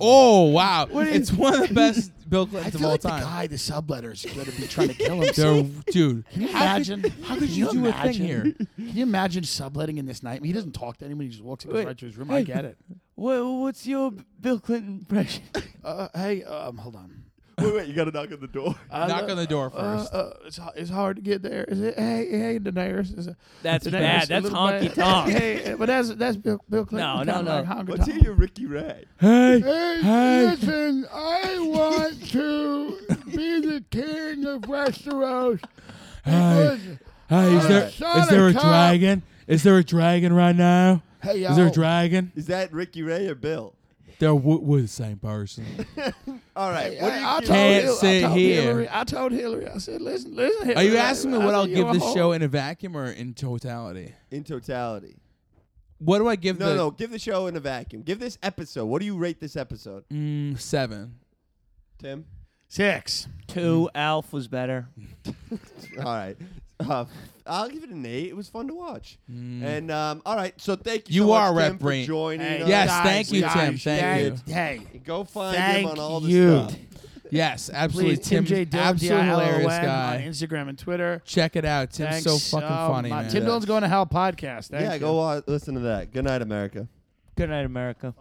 D: Oh wow, it's one of the best Bill
E: I
D: Clintons of
E: feel
D: all
E: like the
D: time.
E: guy, the subletters, is going to be trying to kill
D: So,
E: himself.
D: dude,
E: Can you imagine? How could
D: you do a thing
E: imagine-
D: here?
E: Can you imagine subletting in this night? He doesn't talk to anyone. He just walks
B: Wait.
E: right to his room. I get it.
B: What, what's your Bill Clinton impression?
E: Uh, hey, um, hold on.
C: Wait, wait. You gotta knock on the door.
E: I
D: knock
E: lo-
D: on the door first.
E: Uh, uh, it's, h- it's hard to get there. Is it? Hey, hey, Daenerys. Is it,
B: That's
E: Daenerys,
B: bad.
E: a
B: That's
E: little
B: honky
E: bad.
B: tonk.
E: Hey, uh, but that's that's Bill, Bill
B: No,
E: Clinton.
B: no,
E: kinda
B: no.
E: Like honky
C: Let's
E: tonk.
C: hear your Ricky Ray.
D: hey,
E: Hey,
D: Hey.
E: listen, I want to be the king of Westeros.
D: hey, hey, is there is there a dragon? Is there a dragon right now?
E: Hey,
D: Is there a dragon?
C: Is that Ricky Ray or Bill?
D: They're w- we're the same person.
C: All right. what do you
E: I, I
C: give-
E: told
D: Can't
E: Hil-
D: sit
E: I told
D: here.
E: Hillary, I told Hillary. I said, listen, listen.
D: Are
E: Hillary,
D: you asking me
E: I
D: what
E: said,
D: I'll
E: you're
D: give
E: a
D: this
E: whore.
D: show in a vacuum or in totality?
C: in totality?
D: What do I give
C: No,
D: the
C: no. Give the show in a vacuum. Give this episode. What do you rate this episode,
D: Mm, seven?
C: Tim?
E: Six.
B: Two Alf was better.
C: All right. Uh, I'll give it an eight. It was fun to watch.
D: Mm.
C: And um, all right, so thank you.
D: You
C: so much,
D: are Rep
C: Tim,
D: Brain.
C: for joining.
E: Hey,
C: us.
D: Yes,
E: guys,
D: thank you,
E: guys,
D: Tim. Thank
E: guys, Hey.
C: Go find him
E: Thank
C: on all the
E: you.
C: stuff.
D: Yes, absolutely.
E: Please, Tim J. Dillon,
D: absolutely hilarious
E: D I L O N, on
D: guy.
E: Instagram and Twitter.
D: Check it out. Tim's
E: Thanks
D: so fucking funny,
E: much.
D: man.
E: Tim
C: Yeah.
E: Dillon's going to hell podcast. Thank
C: yeah,
E: you.
C: go wa listen to that. Good night, America.
B: Good night, America.